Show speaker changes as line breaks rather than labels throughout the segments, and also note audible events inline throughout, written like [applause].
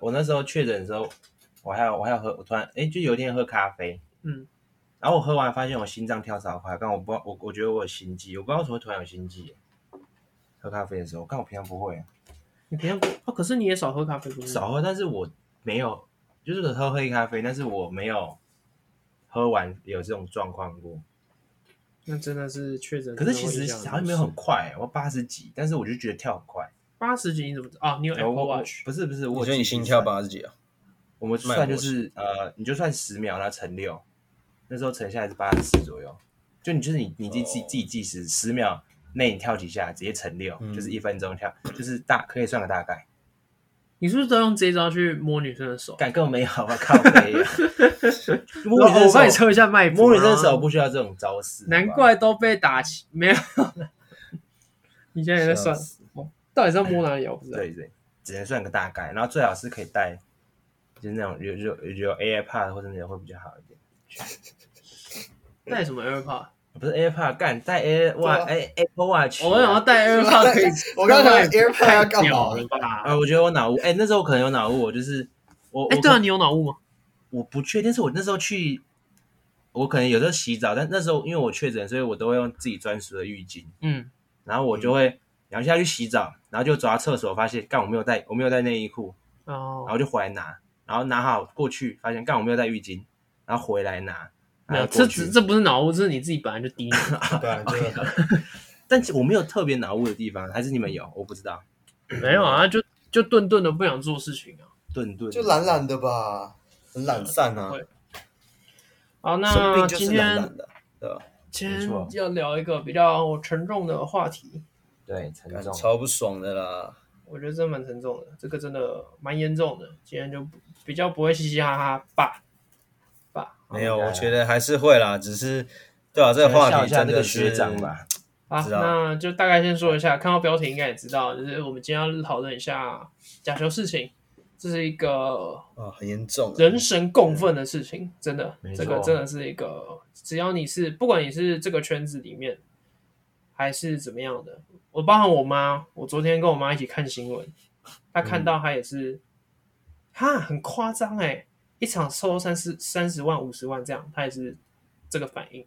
我那时候确诊的时候，我还有我还有喝，我突然哎、就有一天喝咖啡，
嗯，
然后我喝完发现我心脏跳超快，但我不知道我我觉得我有心悸，我不知道为什么会突然有心悸耶。喝咖啡的时候，但我平常不会、啊，
你平常不哦，可是你也少喝咖啡，不是？
少喝，但是我没有，就是喝黑咖啡，但是我没有喝完有这种状况过。
那真的是确诊。
可是其实好像没有很快、我八十几，但是我就觉得跳很快。
八十几，你怎么知啊？你有
我
Apple
我
Watch？
不是不是，我
我
有
觉得
计
你
时
心跳
算？
八十几啊？
我们
脉
算就
搏
是呃，你就算十秒，然后乘六，那时候乘下来是八十四左右。就你就是你你自己自己
哦
自己计时，十秒内你跳几下，直接乘六、
嗯
就是一分钟跳，就是大可以算个大概。
你是不是都用这一招去摸女生的手？
敢跟我没有啊，靠背
[laughs]
啊！摸
哦我
女
帮
生手，
你测一下脉搏。
摸女生
然后
手不需要这种招式，好
难
不好
怪都被打起，没有。 [laughs] 你现在也在算哦
笑，死
到底是要摸哪里啊？我不知道。
对对，只能算个大概，然后最好是可以带，就是那种有有有 AirPod 或者那种会比较好一点。
带什么 AirPod？
不是 AirPod，干带
对
Air
啊
Watch，哎 Apple Watch 啊。
我想
[laughs]
要带 AirPod 可以，
我刚刚想
太
AirPod 要干
屌
嘛？
了吧？
啊，我觉得我脑雾，哎，那时候我可能有脑雾，我就是我，
哎，
我
对啊，
可
你有脑雾吗？
我不确定，但是我那时候去，我可能有时候洗澡，但那时候因为我确诊，所以我都会用自己专属的浴巾，
嗯，
然后我就会然后下去洗澡，然后就走到厕所，发现干我没有带，我没有带内衣裤，然
哦，
后就回来拿，然后拿好过去，发现干我没有带浴巾，然后回来拿。
没
然
有，
后
这
过去
只这不是脑雾，这是你自己本来就低能。
对啊，真
[laughs]
的
但其我没有特别脑雾的地方，还是你们有？我不知道。
没有啊，就就顿顿的不想做事情啊。
顿顿
就懒懒的吧，很懒
懒散啊，
会好，
生
那
病就是
今
懒
天
懒的，对吧？
今
没
天
错
要聊一个比较沉重的话题，
对沉
感觉
重。
超不爽的啦。
我觉得真的蛮沉重的，这个真的蛮严重的。今天就不比较不会嘻嘻哈哈吧吧
没有，
应该啊
我觉得还是会啦，只是对啊吧？这个话
笑一
题
下
真
那
的
个
是
学长吧，
好，
知道
那就大概先说一下，看到标题应该也知道，就是我们今天要讨论一下假球事情，这是一个
啊，很严重啊。
人神共愤的事
嗯
情，真的
没，错
这个真的是一个，只要你是不管你是这个圈子里面还是怎么样的，我包含我妈，我昨天跟我妈一起看新闻，她看到她也是，哈，很夸张哎，一场收三十三十万五十万这样，她也是这个反应，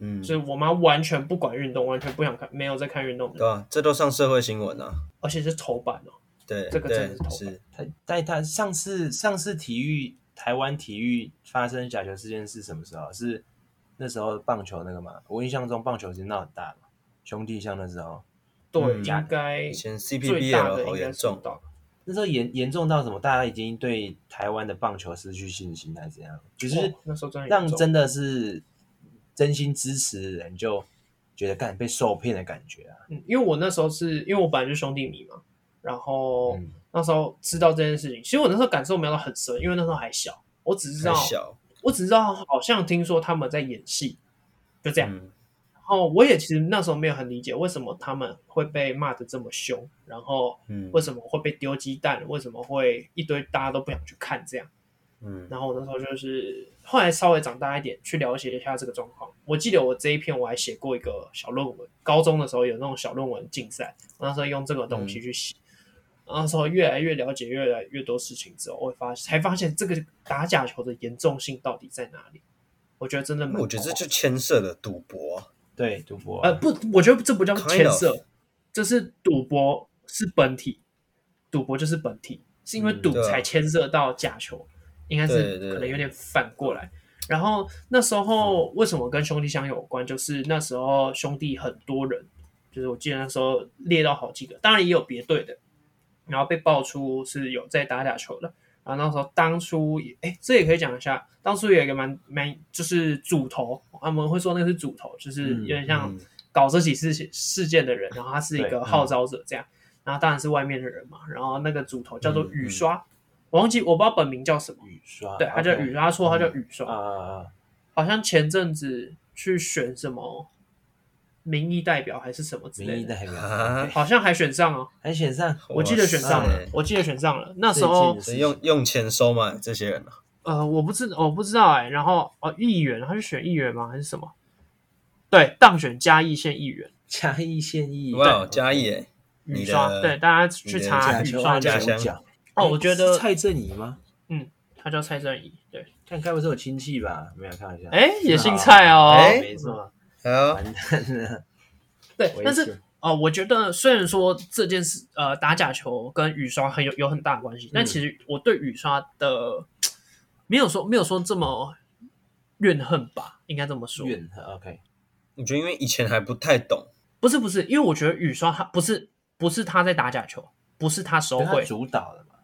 嗯，
所以我妈完全不管运动，完全不想看，没有在看运动的
对，吧？啊这都上社会新闻啊。
而且是头版哦，
对，
这个真的
对
是头发
是
他在他上次上次体育台湾体育发生假球事件是什么时候？是那时候棒球那个嘛？我印象中棒球是闹很大嘛，兄弟像那时候，
对，
嗯
应该
以前
最大
CPBL
的
好
应该
严
是
重
不，到。
那时候严严重到什么？大家已经对台湾的棒球失去信心，还是怎样？就是
哦那时候真的
让
严重
真的是真心支持的人就觉得干被受骗的感觉啊。
嗯，因为我那时候是因为我本来就兄弟迷嘛，然后
嗯
那时候知道这件事情，其实我那时候感受没有到很深，因为那时候还小，我只知
太
道，
小，
我只知道好像听说他们在演戏，就这样。
嗯，
然后我也其实那时候没有很理解为什么他们会被骂的这么凶，然后
嗯
为什么会被丢鸡蛋，为什么会一堆大家都不想去看这样。
嗯，
然后我那时候就是后来稍微长大一点，去了解一下这个状况。我记得我这一篇我还写过一个小论文，高中的时候有那种小论文竞赛，我那时候用这个东西去写。然后那时候越来越了解越来越多事情之后，我会发才发现这个打假球的严重性到底在哪里。我觉得真的蛮，
我觉得这就牵涉了赌博啊，
对，赌博啊、
呃不，我觉得这不叫
Kind of
牵涉，这是赌博是本体，赌博就是本体，是因为
嗯
赌
对啊
才牵涉到假球，应该
对
是
对嗯
可能有点反过来。然后那时候为什么跟兄弟相有关？就是那时候兄弟很多人，就是我记得那时候列到好几个，当然也有别队的，然后被爆出是有在打假球的。然后那时候当初也，哎，这也可以讲一下，当初有一个蛮蛮就是主头，他们会说那个是主头，就是
嗯
有点像
嗯
搞这起事情事件的人，然后他是一
对
个
嗯
号召者这样，然后当然是外面的人嘛，然后那个主头叫做
嗯
雨
嗯
刷，我忘记我不知道本名叫什么，
雨刷，
对，他叫
OK
雨刷，他说他叫雨刷，
啊啊啊！
好像前阵子去选什么民意代表还是什么之
民
类
意
的，
代表
啊
好像还选
[laughs]
上哦，
还选上，
我记得选上
哇
了
塞，
我记得选上了，那时
最
候
近
所以用用钱收买这些人啊，
呃，我不知我不知道哎、然后哦，议员他是选议员吗？还是什么？对，当选嘉义县议员
嘉义县议
哇，嘉义哎，
雨
你
刷，
的
对，大家去
你的
查
假
雨
球
刷
案
这
假
个
家乡
球角，
哦，我觉得
是蔡正宜吗？
他叫蔡正仪，对，
看该不是我亲戚吧？没有，开玩笑。
哎，也姓蔡哦，
哎
没错，
哎呀，
完蛋了。
对，
危
但
险
是哦，我觉得虽然说这件事，呃，打假球跟雨刷很有有很大的关系，
嗯
但其实我对雨刷的没有说没有说这么怨恨吧，应该这么说。
怨恨 OK，
我觉得因为以前还不太懂，
不是不是，因为我觉得雨刷他不是不是他在打假球，不是他收
因为他
回，
主啊导的嘛，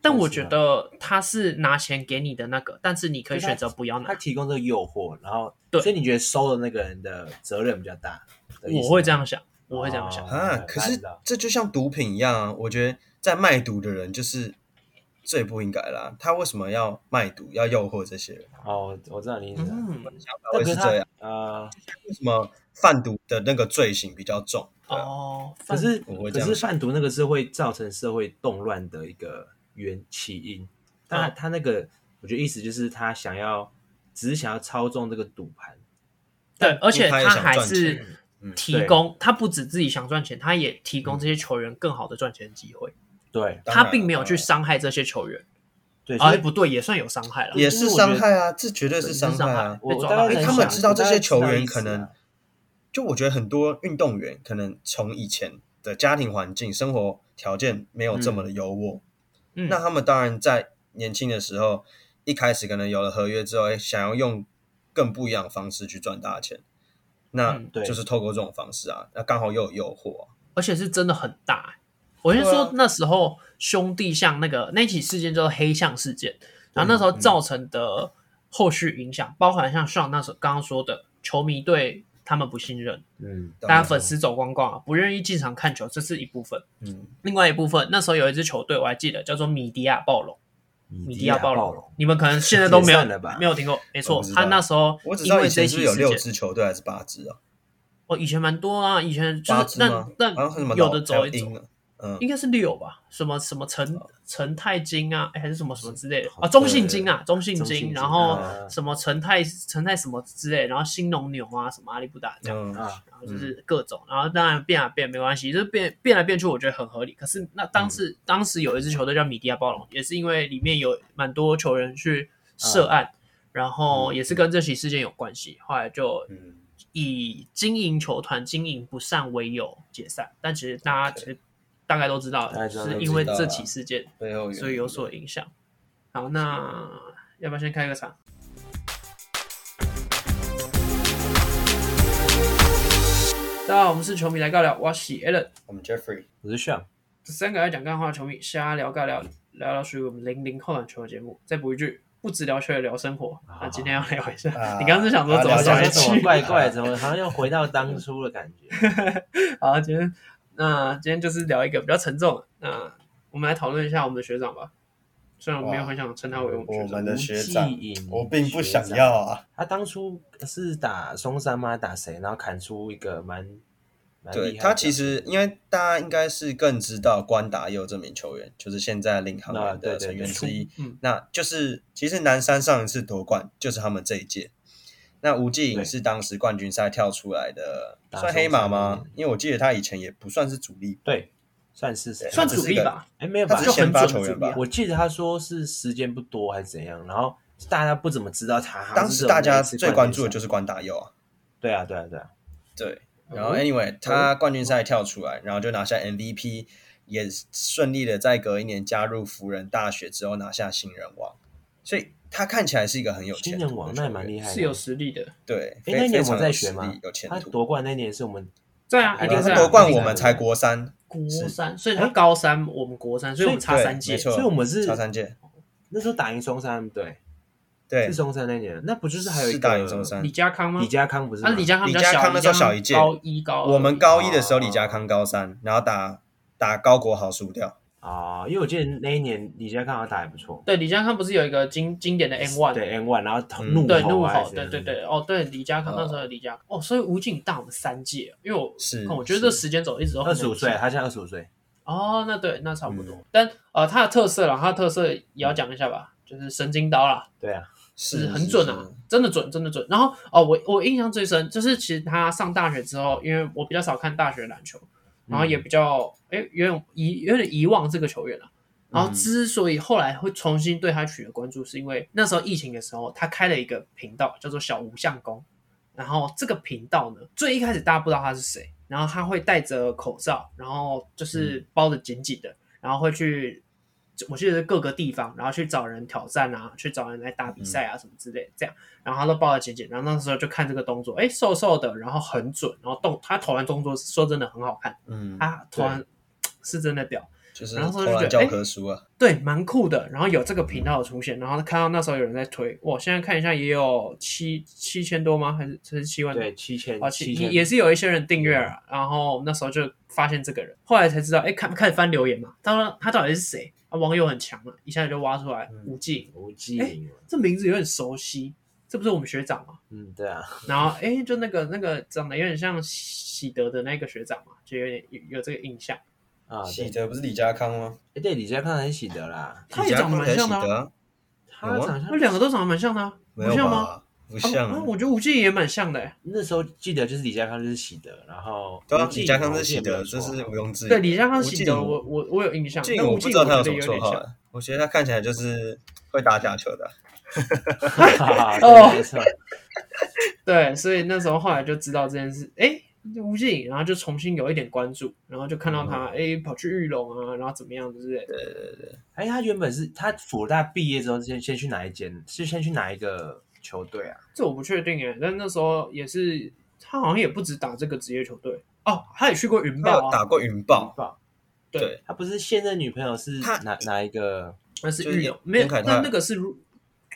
但
还
我
是
觉
啊
得他是拿钱给你的那个，但是你可以
就他
选择不要
他
拿。
提供这个诱惑，然后
对
所以你觉得收的那个人的责任比较大？的意思吗
我会这，样想，我会这样想。
哦
啊，
嗯
可
烂
是
到
这就像毒品一样啊！我觉得在卖毒的人就是最不应该啦。他为什么要卖毒，要诱惑这些人？啊
哦，我我知道你意思了。
嗯，
我也
可是
是这样。
他呃，
为什么贩毒的那个罪行比较重？对啊
哦，
可是
我会
可
这样
是贩毒那个是会造成社会动乱的一个原起因，当
嗯
然他那个我觉得意思就是他想要只是想要操纵这个赌盘，
对，而且
他也
他
想
还
赚
是
钱嗯
提
对
供，他不止自己想赚钱，他也提供这些球员更好的赚钱机会。
对
当然
他并没有去
当
伤害这些球员，
对，所
哎，
以
不对，也算有伤害了。
也
就是是我
伤
觉得
害啊，这绝对是伤害
伤
啊
害！
我
被
我
抓
大
到
概
哎
能
他
想
们
知道这些球员
我大概知道
可
意思
能
啊
就我觉得很多运动员可能从以前的家庭环境、生活条件没有这么的优渥，
嗯
那他们当然在年轻的时候，一开始可能有了合约之后，哎想要用更不一样的方式去赚大钱，那
嗯
对
就是透过这种方式啊，那刚好又有诱惑啊、
而且是真的很大、哎我先
对
说
啊
那时候兄弟像那个那起事件叫做黑象事件，
嗯
然后那时候造成的后续影响，包含像上那时候刚刚说的球迷对他们不信任，
嗯
大
当
家
然
粉丝走光光啊，不愿意进场看球，这是一部分。
嗯，
另外一部分，那时候有一支球队我还记得叫做米迪亚暴龙，米
米
迪亚暴
暴
龙，你们可能现在都没
解
有
散了吧
没有听过，没
我
错
不，知道
他那时候
我只知
因
道
为
以
这一
前
起
是不是有
事
六
件
支球队还是八支啊？
哦，以前蛮多啊，以前就
八
是
支
那
吗？
那
好像是什么
有
老
的
还
走一走
英，啊嗯，
应该是六吧，什么什么陈陈太金啊，哎还是什么什么之类的
好
啊，中性金啊，中性
中信
金，
金
然后
啊
什么陈太陈太什么之类，然后新农牛啊，什么阿里不达这样，
嗯
啊，
然后就是各种，然后当然变啊变没关系，就是变变来变去，我觉得很合理。可是那
嗯
当时、当时有一支球队叫米迪亚暴龙，也是因为里面有蛮多球员
嗯
去涉案，然后也是跟这起事件有关系，后来就
嗯
以经营球团经营不善为由解散。但其实大家其实大概都知道，
大概知道
是
都
因
知
为
道
这
啦
起事件，
背后原因
所以有所影响。好，那要不要先开个场？大家好，我们是球迷来尬聊，我是 Allen，
我们 Jeffrey
我是
[laughs]
Sean，
这三个爱讲干话的球迷瞎聊尬聊，聊聊属于我们零零后篮球的节目。再补一句，不只聊球也聊生活。那今天要聊一下，
啊
你刚刚是想说怎么
好
我
聊
想
甩
说
一下
怎
去
么？
[laughs]
怪怪，怎么好像又回到当初的感觉？
好，今天那今天就是聊一个比较沉重的。那我们来讨论一下我们的学长吧。虽然我没有很想称他为我们学
我
长嗯
们，的学长
吴继颖，
我并不想
学长
要啊。
他当初是打松山吗？打谁？然后砍出一个蛮蛮
对
厉害的
他其实，因为大家应该是更知道关达佑这名球员，就是现在领航
啊
员
对
的
对
成员
对
之一。
嗯
那就是其实南山上一次夺冠就是他们这一届。那吴
对
继颖是当时冠军赛跳出来的，
打
算黑马
中
吗
山？
因为我记得他以前也不算是主力，
对算是谁？
算
他只
主
是一
力
个
吧。
哎，没有
他
吧？
只
就是很
先发
准
球员
主力
吧
啊。
我记得他说是时间不多还是怎样，然后大家不怎么知道他。
当时大家
好像是只有
最关注的
那一次冠军赛
就是关达佑啊。
对啊，对啊，对啊，
对，
哦
然
嗯
后哎 anyway，他冠军赛跳出来，然后就拿下 MVP，也顺利的在隔一年加入辅仁大学之后拿下新人王，所以他看起来是一个很有
新
前途的
人王那也蛮
害。
厉害的，
是有实力的。
对，
哎，
非
那年
非
我
常
们在
有
学
实
吗
力有？前
他
途。
夺冠那年是我们，
对啊，一
冠
定
啊
是
他
啊
夺冠我们才国三，
国
是啊
三，所以他高三，我们国三，所以我们差
对
三届
没。错，
所以我们是
差三届。
那时候打赢松山，对，
啊对
是，松山那年，那不就是还有一
是
个
打赢中山
李家康吗
李？家康不是吗？
啊，李家康比较
李
小，
家康那时候
李家
小一届
高一高二。
我们高一的时候
哦
李家康高三，然后打打高国豪输掉，
哦，因为我记得那一年李家康好像打得还不错，
对李家康不是有一个经经典的 N one
对 N one，然后
嗯
怒
对，怒
吼啊还
吼，
是嗯
对对对，哦，对，李家康
哦
那时候的李家康，哦，所以吴敬大我们三届，啊因为我
是
看哦我觉得这
是
时间轴一直都很
二十五
难
岁，啊
记
他现在二十五岁，
哦，那对，那差不多
嗯。
但呃，他的特色啦，他的特色也要讲一下吧，就是神经刀啦，
对啊，
就是
是
很准啊
是，
真的准，真的准。然后哦，我我印象最深就是，其实他上大学之后，因为我
嗯
比较少看大学篮球，然后也比较哎、有点遗有点遗忘这个球员了、然后之所以后来会重新对他取得关注，是因为那时候疫情的时候，他开了一个频道叫做小无相公。然后这个频道呢，最一开始大家不知道他是谁，然后他会戴着口罩，然后就是包的紧紧的，然后会去，我记得是各个地方，然后去找人挑战啊，去找人来打比赛啊什么之类的，这样，然后他都包的紧紧，然后那时候就看这个动作，哎，瘦瘦的，然后很准，然后动他投篮动作说真的很好看，
嗯，
他投篮是真的屌。
就是
啊然后
投
就
篮
觉得
教科书啊，
对，蛮酷的。然后有这个频道的出现，然后看到那时候有人在推，哇，现在看一下也有七七千多吗？还是还是七万多？
对，七千
啊，
七
其
千
也也是有一些人订阅了，然后那时候就发现这个人，后来才知道，哎，看开始翻留言嘛，他说他到底是谁？啊，网友很强啊，一下就挖出来
嗯
吴忌，
无忌
哎
赢了。
这名字有点熟悉，这不是我们学长吗？
啊嗯，对啊，
然后哎，就那个那个长得有点像喜德的那个学长嘛，就有点有有这个印象，
啊，
哎
喜
对，
德不是李家康吗？
哎，对，李佳康很喜得啦，
他
李
也
家
长得
康
蛮
才
像
喜
的、
德
啊，
啊，
他长
那
相
两个都长得蛮像的、啊，
没
不
有
像吗？
吧？不像
啊
啊
啊，，我觉得吴忌也蛮像的欸、
那时候记得就是李佳康就是喜得，然后
对啊
吴，忌
李家康
好
是
像
喜
也没有
德，这
错
是 [laughs] 毋庸置疑的。
对李佳康
吴
喜
敬
德，
武
我我我有印象，
敬
但
我
吴
不
敬
知道他有
我觉
什
得
么
有
绰
点
号
像。
啊，我觉得他看起来就是会打假球的啊。
哈哈
哦
对没错，
对，所以那时候后来就知道这件事，哎，吴敬，然后就重新有一点关注，然后就看到他，哎、跑去玉龙啊，然后怎么样，之类的。
嗯对对对，
哎，他原本是他辅大毕业之后先先去哪一间？是先去哪一个球队啊？
这我不确定哎，但那时候也是他好像也不止打这个职业球队哦，他也去过云
他有
豹啊，
打过云豹，
报，
对
对，
他不是现任女朋友是
他
哪哪一个？
那是
就是
玉龙
严，
没有，
严凯
那
泰
那个是 ru-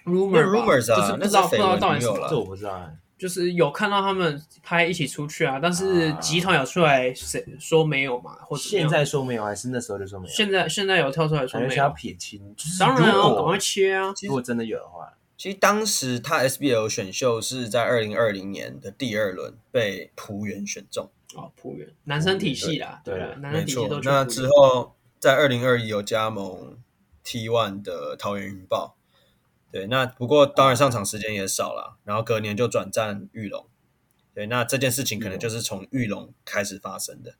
那
rumor 吧
rumors
就是
啊，
不
那
知
是
道不知道
绯
到
闻
底
女
是
友
这我
了。
不知道哎。
就是有看到他们拍一起出去啊，但是集团有出来谁说没有嘛，或者怎么
现
样
在说没有，还是那时候就说没有？
现在现在有跳出来说
感觉
没
想要
有，
撇清，就是
当然
哎如
啊，赶
果
快切啊，
如果真的有的话，
其实当时他 SBL 选秀是在二零二零年的第二轮被浦原选中，
哦，浦原男生体系啦，
对啊
啦
对，
男
没
生体系
错
都。去
那
浦
之
原
后在二零二一有加盟 T One 的桃园云豹，对，那不过当然上场时间也少了，然后隔年就转战玉龙，对，那这件事情可能就是从玉龙开始发生的。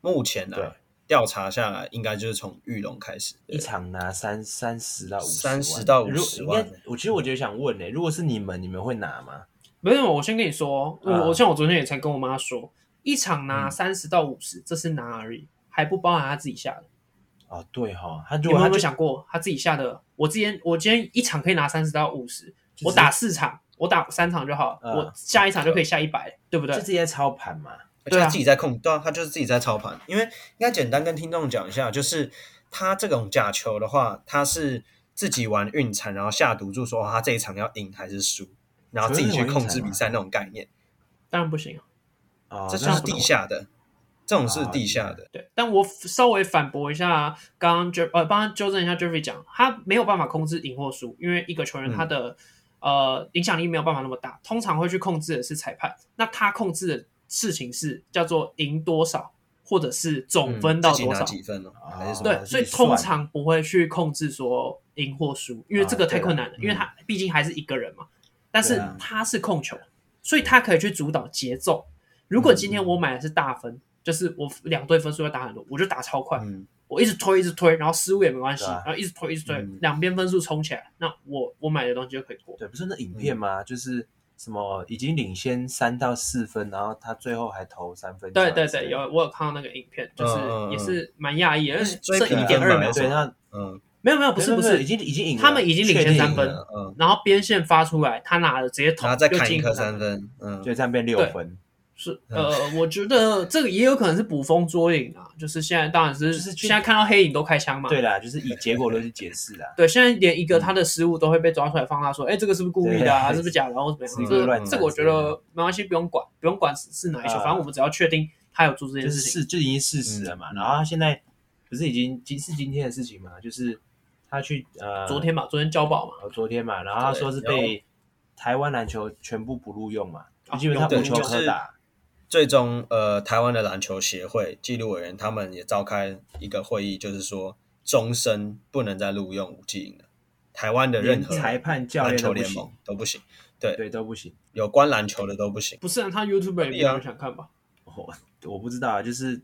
目前
对
啊，调查下来应该就是从玉龙开始，对
一场拿三三十到五
30到50万
应该我其实我就想问呢、如果是你们，你们会拿吗？
没有，我先跟你说，我、
啊嗯
我像我昨天也才跟我妈说，一场拿三十到五十、这是拿而已，还不包含他自己下的。
哦，对哈、哦，他
你
如
们
果
有
他
没有
就
想过他自己下的？我之前我今天一场可以拿三十到五十，
是
我打四场，我打三场就好了，
啊
我下一场就可以下一百，对不对
就？直接操盘嘛，
而且
对啊
他自己在控，对啊，他就是自己在操盘。因为应该简单跟听众讲一下，就是他这种假球的话，他是自己玩运产，然后下赌注说哦他这一场要赢还是输，然后自己去控制比赛那种概念，
当然不行啊。
哦，
这就
那
是
不能
地下的，这种
啊
是地下的。
对，但我稍微反驳一下，啊刚刚 Jeff 呃，帮他纠正一下 Jeffrey 讲，他没有办法控制赢或输，因为一个球
嗯
员他的、呃影响力没有办法那么大，通常会去控制的是裁判。那他控制的事情是叫做赢多少，或者是总分到
嗯自己
多
拿
少。
几分了、
哦
还是什么？
对，所以
自己算
通常不会去控制说赢或输，因为这个太困难了，
啊对啊
因为他毕竟还是一个人嘛。但是
对啊
他是控球，所以他可以去主导节奏。如果今天我买的是大分，就是我两队分数要打很多，我就打超快，
嗯，
我一直推一直推，然后失误也没关系，
对啊
然后一直推一直推
嗯，
两边分数冲起来，那我我买的东西就可以过。
对，不是那影
嗯
片吗？就是什么已经领先三到四分，然后他最后还投三分球之
对
类
对
的，
对，有我有看到那个影片，就是
嗯嗯嗯
也是蛮讶异的，因为
是追
剩一
平
点
分
二
吧
秒，
对，那
嗯
没有没有，不是
没有
不
没有
是
已，经已经赢了，
他们已经领先
确定
三分
赢了
嗯嗯，
然后边线发出来，他拿了直接投，
然后再
又
砍
进
一
一
颗
个
三。分，嗯，
就这样变六
对
分，
是呃，我觉得这个也有可能是捕风捉影啊，就是现在当然是
就是去
现在看到黑影都开枪嘛，
对啦，就是以结果论去解释啦。
对，现在连一个他的失误都会被抓出来放大说，哎，这个是不是故意的啊？
对
是不是假的啊？然后怎么
是
样？
一
这
个
个
乱
这个我觉得没关系，不用管，不用管是是哪一球，
啊
反正我们只要确定他有做这
就
件
是
事情。
事就已经事实了嘛。
嗯
然后他现在不是已经今是今天的事情嘛，就是他去呃
昨天吧，昨天交保嘛，
呃昨天嘛，然后他说是
对
被台湾篮球全部不录用嘛，
啊
因为他
有
无球
就
可
是
打。
最终，呃，台湾的篮球协会纪律委员他们也召开一个会议，就是说终身不能再录用武技营了。台湾的任
连
何
裁判、教
篮
练
球
都不
联
行
盟，都不行，
对都不行。
有关篮球的都不行。
不是啊，他 YouTube 也没有人想看吧？
我我不知道啊，就是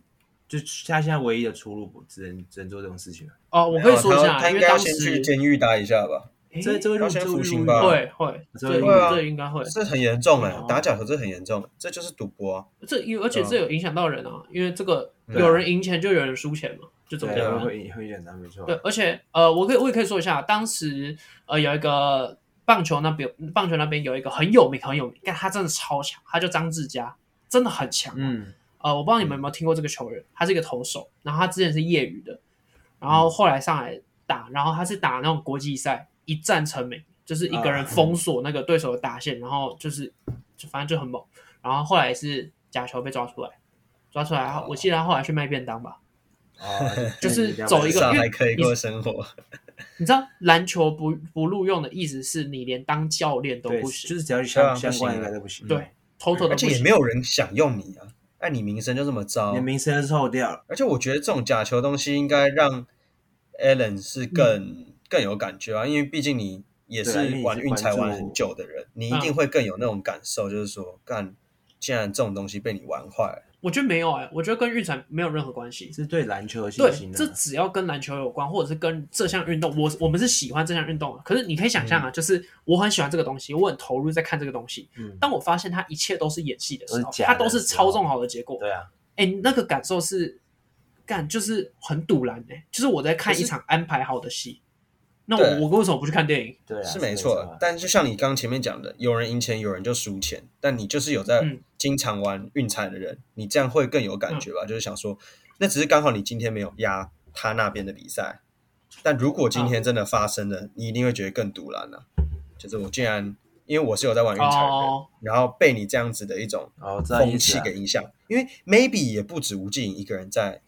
就他现在唯一的出路不只能只能做这种事情了。
哦，我可以说一
没有
下，
呃他
因为
应该要
当
先去
时
监狱待一下吧，
诶
这这会入
要先
这
服
会
刑
入
吧
狱，
会会，
啊这会
这
会啊
这应该会，
这很严重哎、
哦
打假球这很严重，这就是赌博啊、
这有而且
对啊
这有影响到人啊，因为这个
对啊
有人赢钱就有人输钱嘛，就这么简
对，啊
单。
会会简单，没错。
对，而且呃，我可以我也可以说一下，当时呃有一个棒球那边棒球那边有一个很有名很有名，但他真的超强，他叫张志佳，真的很强。
嗯，
呃，我不知道你们有没有听过这个球员，他是一个投手，然后他之前是业余的，然
嗯
后后来上来打，然后他是打那种国际赛，一战成名，就是一
啊
个人封锁那个对手的打线，然后就是就反正就很猛，然后后来是假球被抓出来，抓出来，
啊
然后我记得他后来去卖便当吧，
哦，
就是走一
至
个
少
因为
还可以过生活。
你知道篮球不不录用的意思是你连当教练都
对，
不
就
行，
是只要
对
相
啊不
相关
行
的都不行。
对，偷偷的
而
不
且也
行
没。有人想用你啊，那你名声就这么糟
你的。名声是臭掉了。
而且我觉得这种假球东西应该让 Allen 是更、更有感觉啊，因为毕竟你也
嗯对啊因为
是
你
玩
是
运
关
才玩
注嗯
很久的人，你一定会更有那种感受，就是说，干，既然这种东西被你玩坏了，
我觉得没有哎、我觉得跟运彩没有任何关系。
是对篮球的信
对
心，啊
这
的。
只要跟篮球有关，或者是跟这项运动，我我们是喜欢这项运动的。可是你可以想象啊，就是我很喜欢这个东西，我很投入在看这个东西。
嗯，
当我发现它一切都是演戏的时
都
候，
是假的
它都是操纵好的结果。
对啊，
哎、那个感受是，干就是很堵然哎、就是我在看
可
一
是
场安排好的戏。那
对
我我为什么不去看电影？
对啊，
是
没
没错
啊
的。但就像你刚前面讲的，有人赢钱，有人就输钱，但你就是有在
嗯
经常玩运彩的人，你这样会更有
嗯
感觉吧？就是想说，那只是刚好你今天没有压他那边的比赛，但如果今
嗯
天真的发生了，你一定会觉得更堵然了。就是我竟然，因为我是有在玩运彩的人，
哦，
然后被你这样子的一种
哦，我知道意
风
思
气
啊，
给影响，因为 maybe 也不止吴静一个人在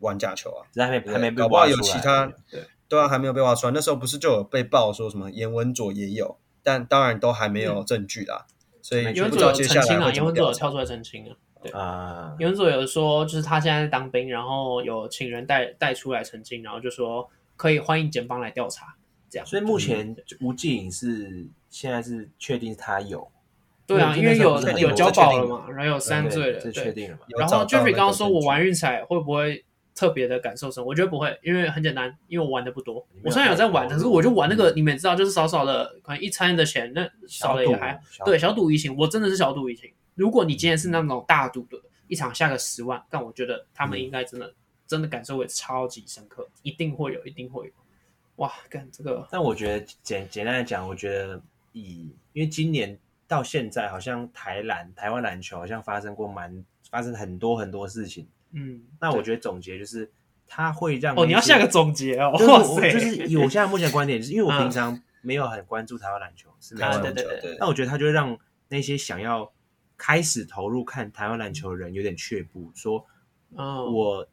玩假球啊，
只是还没
对
还没被
搞不好
挖出
有
来。
其他
对
对啊，还没有被挖出来。那时候不是就有被爆说什么严文佐也有，但当然都还没有证据啦，所以
没
有嗯
就
文
不
错
佐
知道
有
接
澄
下
清
来
啊，
会怎
有
么
文佐
调
有
查。
跳出来澄清啊。
啊，
有人佐有说，就是他现在在当兵，然后有请人带带出来澄清，然后就说可以欢迎检方来调查，这样。
所以目前吴季颖是现在是确定他有，
对啊，
对
因为有
这确定
有
了
交
这确定
保了
了
嘛，然后有三
对
罪了，
这确
对。
定了嘛？
有
然
找
后
到
Jeffrey 刚
那
刚
个
说
证
我
据
玩运彩会不会特别的感受深？我觉得不会，因为很简单，因为我玩的不多
你没。有
我虽然有在玩，
太多
可是我就玩那个，你们也知道，就是少少的，可能一餐的钱，那少了也还
小赌
对，小赌怡情，我真的是小赌怡情。如果你今天是那种大赌的，一场下个十万，但我觉得他
嗯
们应该真的、真的感受会超级深刻，一定会有，一定会有。哇，干这个，
但我觉得简简单来讲，我觉得以因为今年到现在，好像台篮台湾篮球好像发生过蛮发生很多很多事情。
嗯，
那我
对
觉得总结就是，它会让
哦，你要
那些
下个总结哦，
就是
哇
我
塞，
就是以我现在目前的观点，就是因为我
嗯
平常没有很关注台湾篮球，是没
台
有
啊，
湾
关
对
注
篮
对
球
对，
对
那我觉得他就会让那些想要开始投入看台湾篮球的人有点却步，说
嗯，
我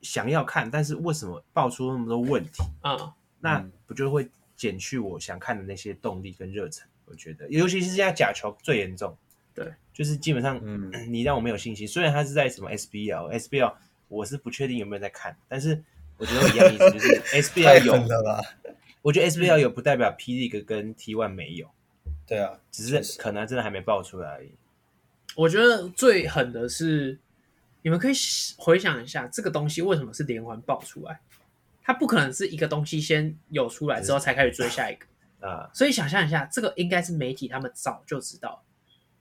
想要看，但是为什么爆出那么多问题？
嗯，
那不就会减去我想看的那些动力跟热忱？我觉得，尤其是现在假球最严重，
对，
就是基本上
嗯，
[clears throat] 你让我没有信心。虽然他是在什么 SBL，SBL 我是不确定有没有在看，但是我觉得我一样意思，就是
啊
太
SBL
狠
有，
了吧？
我觉得 SBL 有不代表 P League 跟 T One 没有，
对啊，
只
确
是
实
可能真的还没爆出来而已。
我觉得最狠的是，你们可以回想一下，这个东西为什么是连环爆出来？它不可能是一个东西先有出来之后才开始追下一个。
啊，
所以想象一下，这个应该是媒体他们早就知道，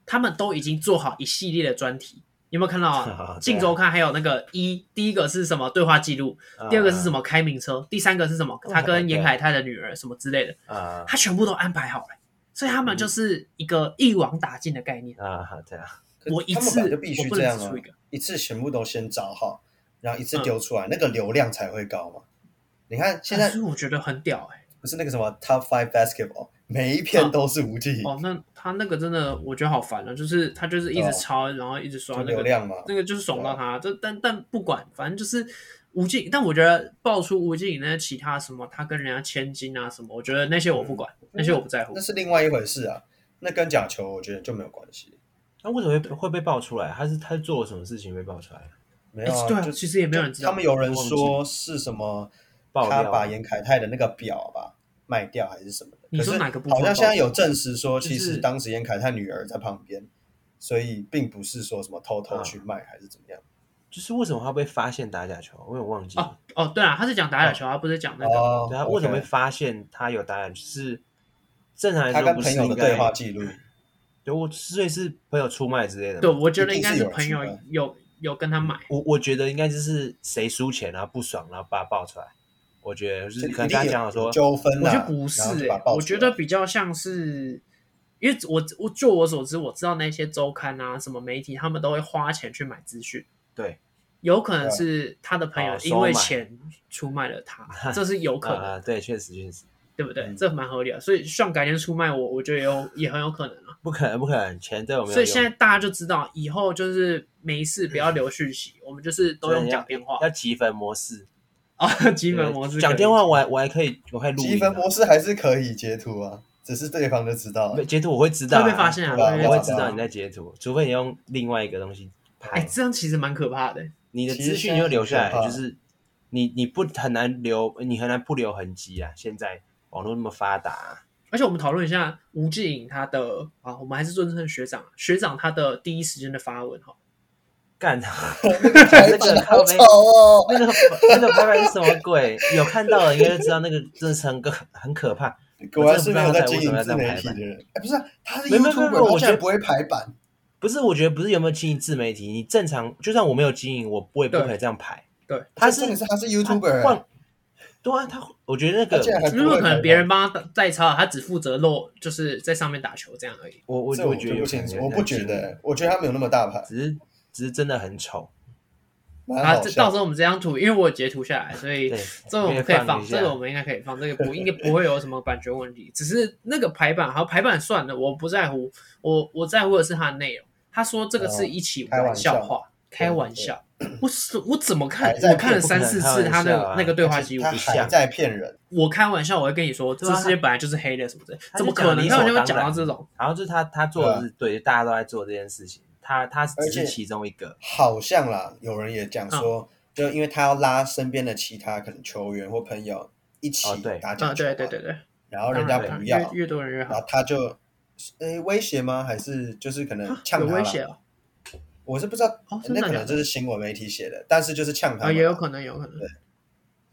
他们都已经做好一系列的专题。你有没有看
[laughs]
到
对
啊？
啊
《镜周刊》还有那个一，第一个是什么对话记录，
呃
啊
第二个是什
么
么开名
哦
车，第三个是什么他跟严凯泰的女儿什么之类
[laughs]
的，
啊
他全部都安排好了。所以他们就是一个一网打尽的概念，
啊，对啊，
我一
他们
次
本来就必须
我不
这
能
样
只
啊
出一个，嗯
一次全部都先找好，然后一次丢出来，那个流量才会高嘛。你看现在
但是我觉得很屌哎、
不是那个什么 Top Five Basketball，每一篇都是无忌，
哦，那他那个真的我觉得好烦啊，就是他就是一直
对啊
抄，然后一直刷
就
那个
流量嘛。
那个就是爽到
啊
他，这但但不管，反正就是吴敬，但我觉得爆出吴敬颖那其他什么，他跟人家千金啊什么，我觉得那些我不管，
嗯
那些我不在乎
那。是另外一回事啊，那跟假球我觉得就没有关系。
那为什么会会被爆出来？他是他做了什么事情被爆出来？
没有
诶
啊，
对啊
就
其实也没有人知道
他们有人说是什么，
爆
他
料
把严凯泰的那个表吧卖掉还是什么的。
你说
可是
哪个部分
好像现在有证实说，
就是
其实当时严凯泰女儿在旁边，所以并不是说什么偷偷去卖还是怎么样。
就是为什么他被发现打假球？我有点忘记了。
哦哦，对啊，他是讲打假球，他不是讲那个。
哦
对他啊为什么会
OK
发现他有打篮？就是正常来
他
说
跟
不
朋
是
友
应
的
该
对话记录？
对我所以是朋友出卖之类的吗。
对，我觉得应该
一定是有
朋
人
友
出的
有有跟他买，
我我觉得应该就是谁输钱然后不爽，然后把他爆出来。我觉得就是可能跟他讲好说，
纠纷
我
啦，
觉得不是
啊然后就
欸
把它爆
我
出
觉
来
得比较像是，因为我我就我所知，我知道那些周刊啊、什么媒体，他们都会花钱去买资讯，
对，
有可能是他的朋友
嗯哦收
因为
买
钱出卖了
[laughs]
他，这是有可能，
啊，对，确实确实
对不对？
嗯
这蛮合理的，所以像改天出卖我，我觉得也有也很有可能啊。
不可能不可能，钱对我们
所以现在大家就知道，以后就是没事不要留讯息，我们就是都用讲电话
要积分模式，
啊，基本模式可以哎
讲电话，我还我还可以，我还录音啊
积分模式还是可以截图啊，只是对方就知道了
没。截图我会知道啊，
会被发现啊
对
会被
我会
发
知
现
道你在截图，除非你用另外一个东西
哎，
拍，
这样其实蛮可怕的。
你的
其实
资讯
现在
又留下
很可
来，
怕
就是你你不很难留，你很难不留痕迹啊。现在网络那么发达啊、
而且我们讨论一下吴志颖他的啊，我们还是尊称学长，学长他的第一时间的发文哈，
干 [laughs] 他那个咖啡。
哦！
那个那个拍拍是什么鬼？有看到的应该就知道那个真的是很可很可怕。
果然是没有在经营自媒体的人。哎，不是啊，他是
没没没
YouTuber，
没我
他竟然
觉得
不会排版，
不是，我觉得不是有没有经营自媒体，你正常就算我没有经营，我我也不
对
可以这样排。
对，
他
重
是
点是他是
他
YouTuber，
换，对啊，他我觉得那
他竟然
个
还不
如果
会
可
排
能
版
别人帮他代操，他只负责漏，就是在上面打球这样而已。
我我
这我
觉
就
得有
不
可
清
能
楚，
有
我不
这
觉
样
得
经营，
欸，我觉得他没有那么大牌，
只是只是真的很丑。
蛮
啊，
好
这
笑
到时候我们这张图，因为我有截图下来，所以
对
这个我们可以
可以
放，
放一
这
下
个我们应该可以放，这个不应该不会有什么版权问题，只 [laughs] 是那个排版，好排版算了，我不在乎，我我在乎的是它的内容。他说这个是一起
哦开玩笑
笑话，开玩笑。我是我怎么看
还？在
我看了
不可
三
能
四
开
次
玩笑
他的
啊
那个对话记录
他，还在骗人，
我开玩笑，我会跟你说，这
对啊
世界本来就是黑的什么之类，
他就
怎么可能？他
讲
好
得理所
像会
当然
讲到这种，
然后就是他他做的是对，大家都在做这件事情，他他
嗯而
只
且
是其中一个。
好像啦，有人也
嗯
讲说，就因为他要拉身边的其他可能球员或朋友一起
哦对
打假
啊，
球、
对对对，啊对，
然后人家
当然
不要，
越越多人越
然
好
后，他就诶威胁吗？还是就是可能
啊
呛
有
他
威胁
啦？
哦，
我是不知道，
哦真的
那可
假
能
的
这是新闻媒体写的，但是就是呛他
啊，
们啦，
也有可能，有可能。
对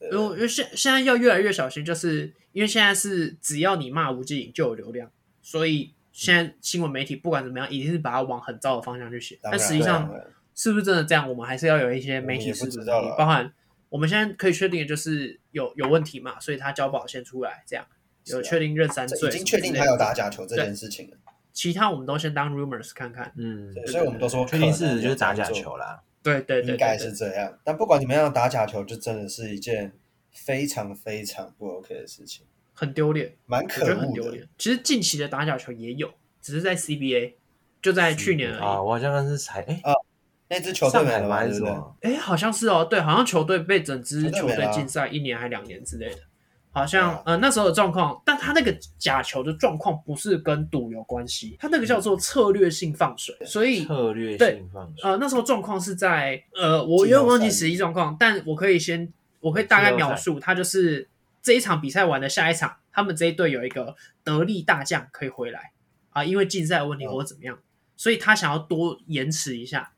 呃
因为因为现现在要越来越小心，就是因为现在是只要你骂吴志颖就有流量，所以现在新闻媒体不管怎么样，一定是把它往很糟的方向去写。
嗯当
但
然啊
实际
当
上
然
是不是真的这样，我们还是要有一些媒体
我们也
是
不知道了
包含我们现在可以确定的就是有有问题嘛，所以他交保先出来，这样
是啊
有确定认三
这
岁，
已经确定他有打，假球这
对
件事情了，
其他我们都先当 rumors 看看。
嗯，
对所以我们都说
确定
可能
事实就是打
有这
假
样做
球啦。
对对对，
应
对
该
对
是这样。但不管怎么样，打假球就真的是一件非常非常不 OK 的事情，
很丢脸。
蛮
我
可
觉得很
恶
丢
的。
脸。其实近期的打假球也有，只是在 CBA，就在去年
啊，
而已。
我好像是才哎，
啊那支球队
上
没
海
了
吗
嘛，
还
对
是
不
什
对？
么？
哎，好像是哦，对，好像球队被整支球
球队没
队
了啊
禁赛一年还两年之类的，好
对
像
啊
呃那时候的状况，但他那个假球的状况不是跟赌有关系，他那个叫做策略性放水，所以
策略
对
性放水，
呃，那时候状况是在呃，我
季
有
后
点忘记
赛
实际状况，但我可以先，我可以大概描述，他就是这一场比赛完的下一场，他们这一队有一个得力大将可以回来啊、因为竞赛的问题
嗯
或者怎么样，所以他想要多延迟一下，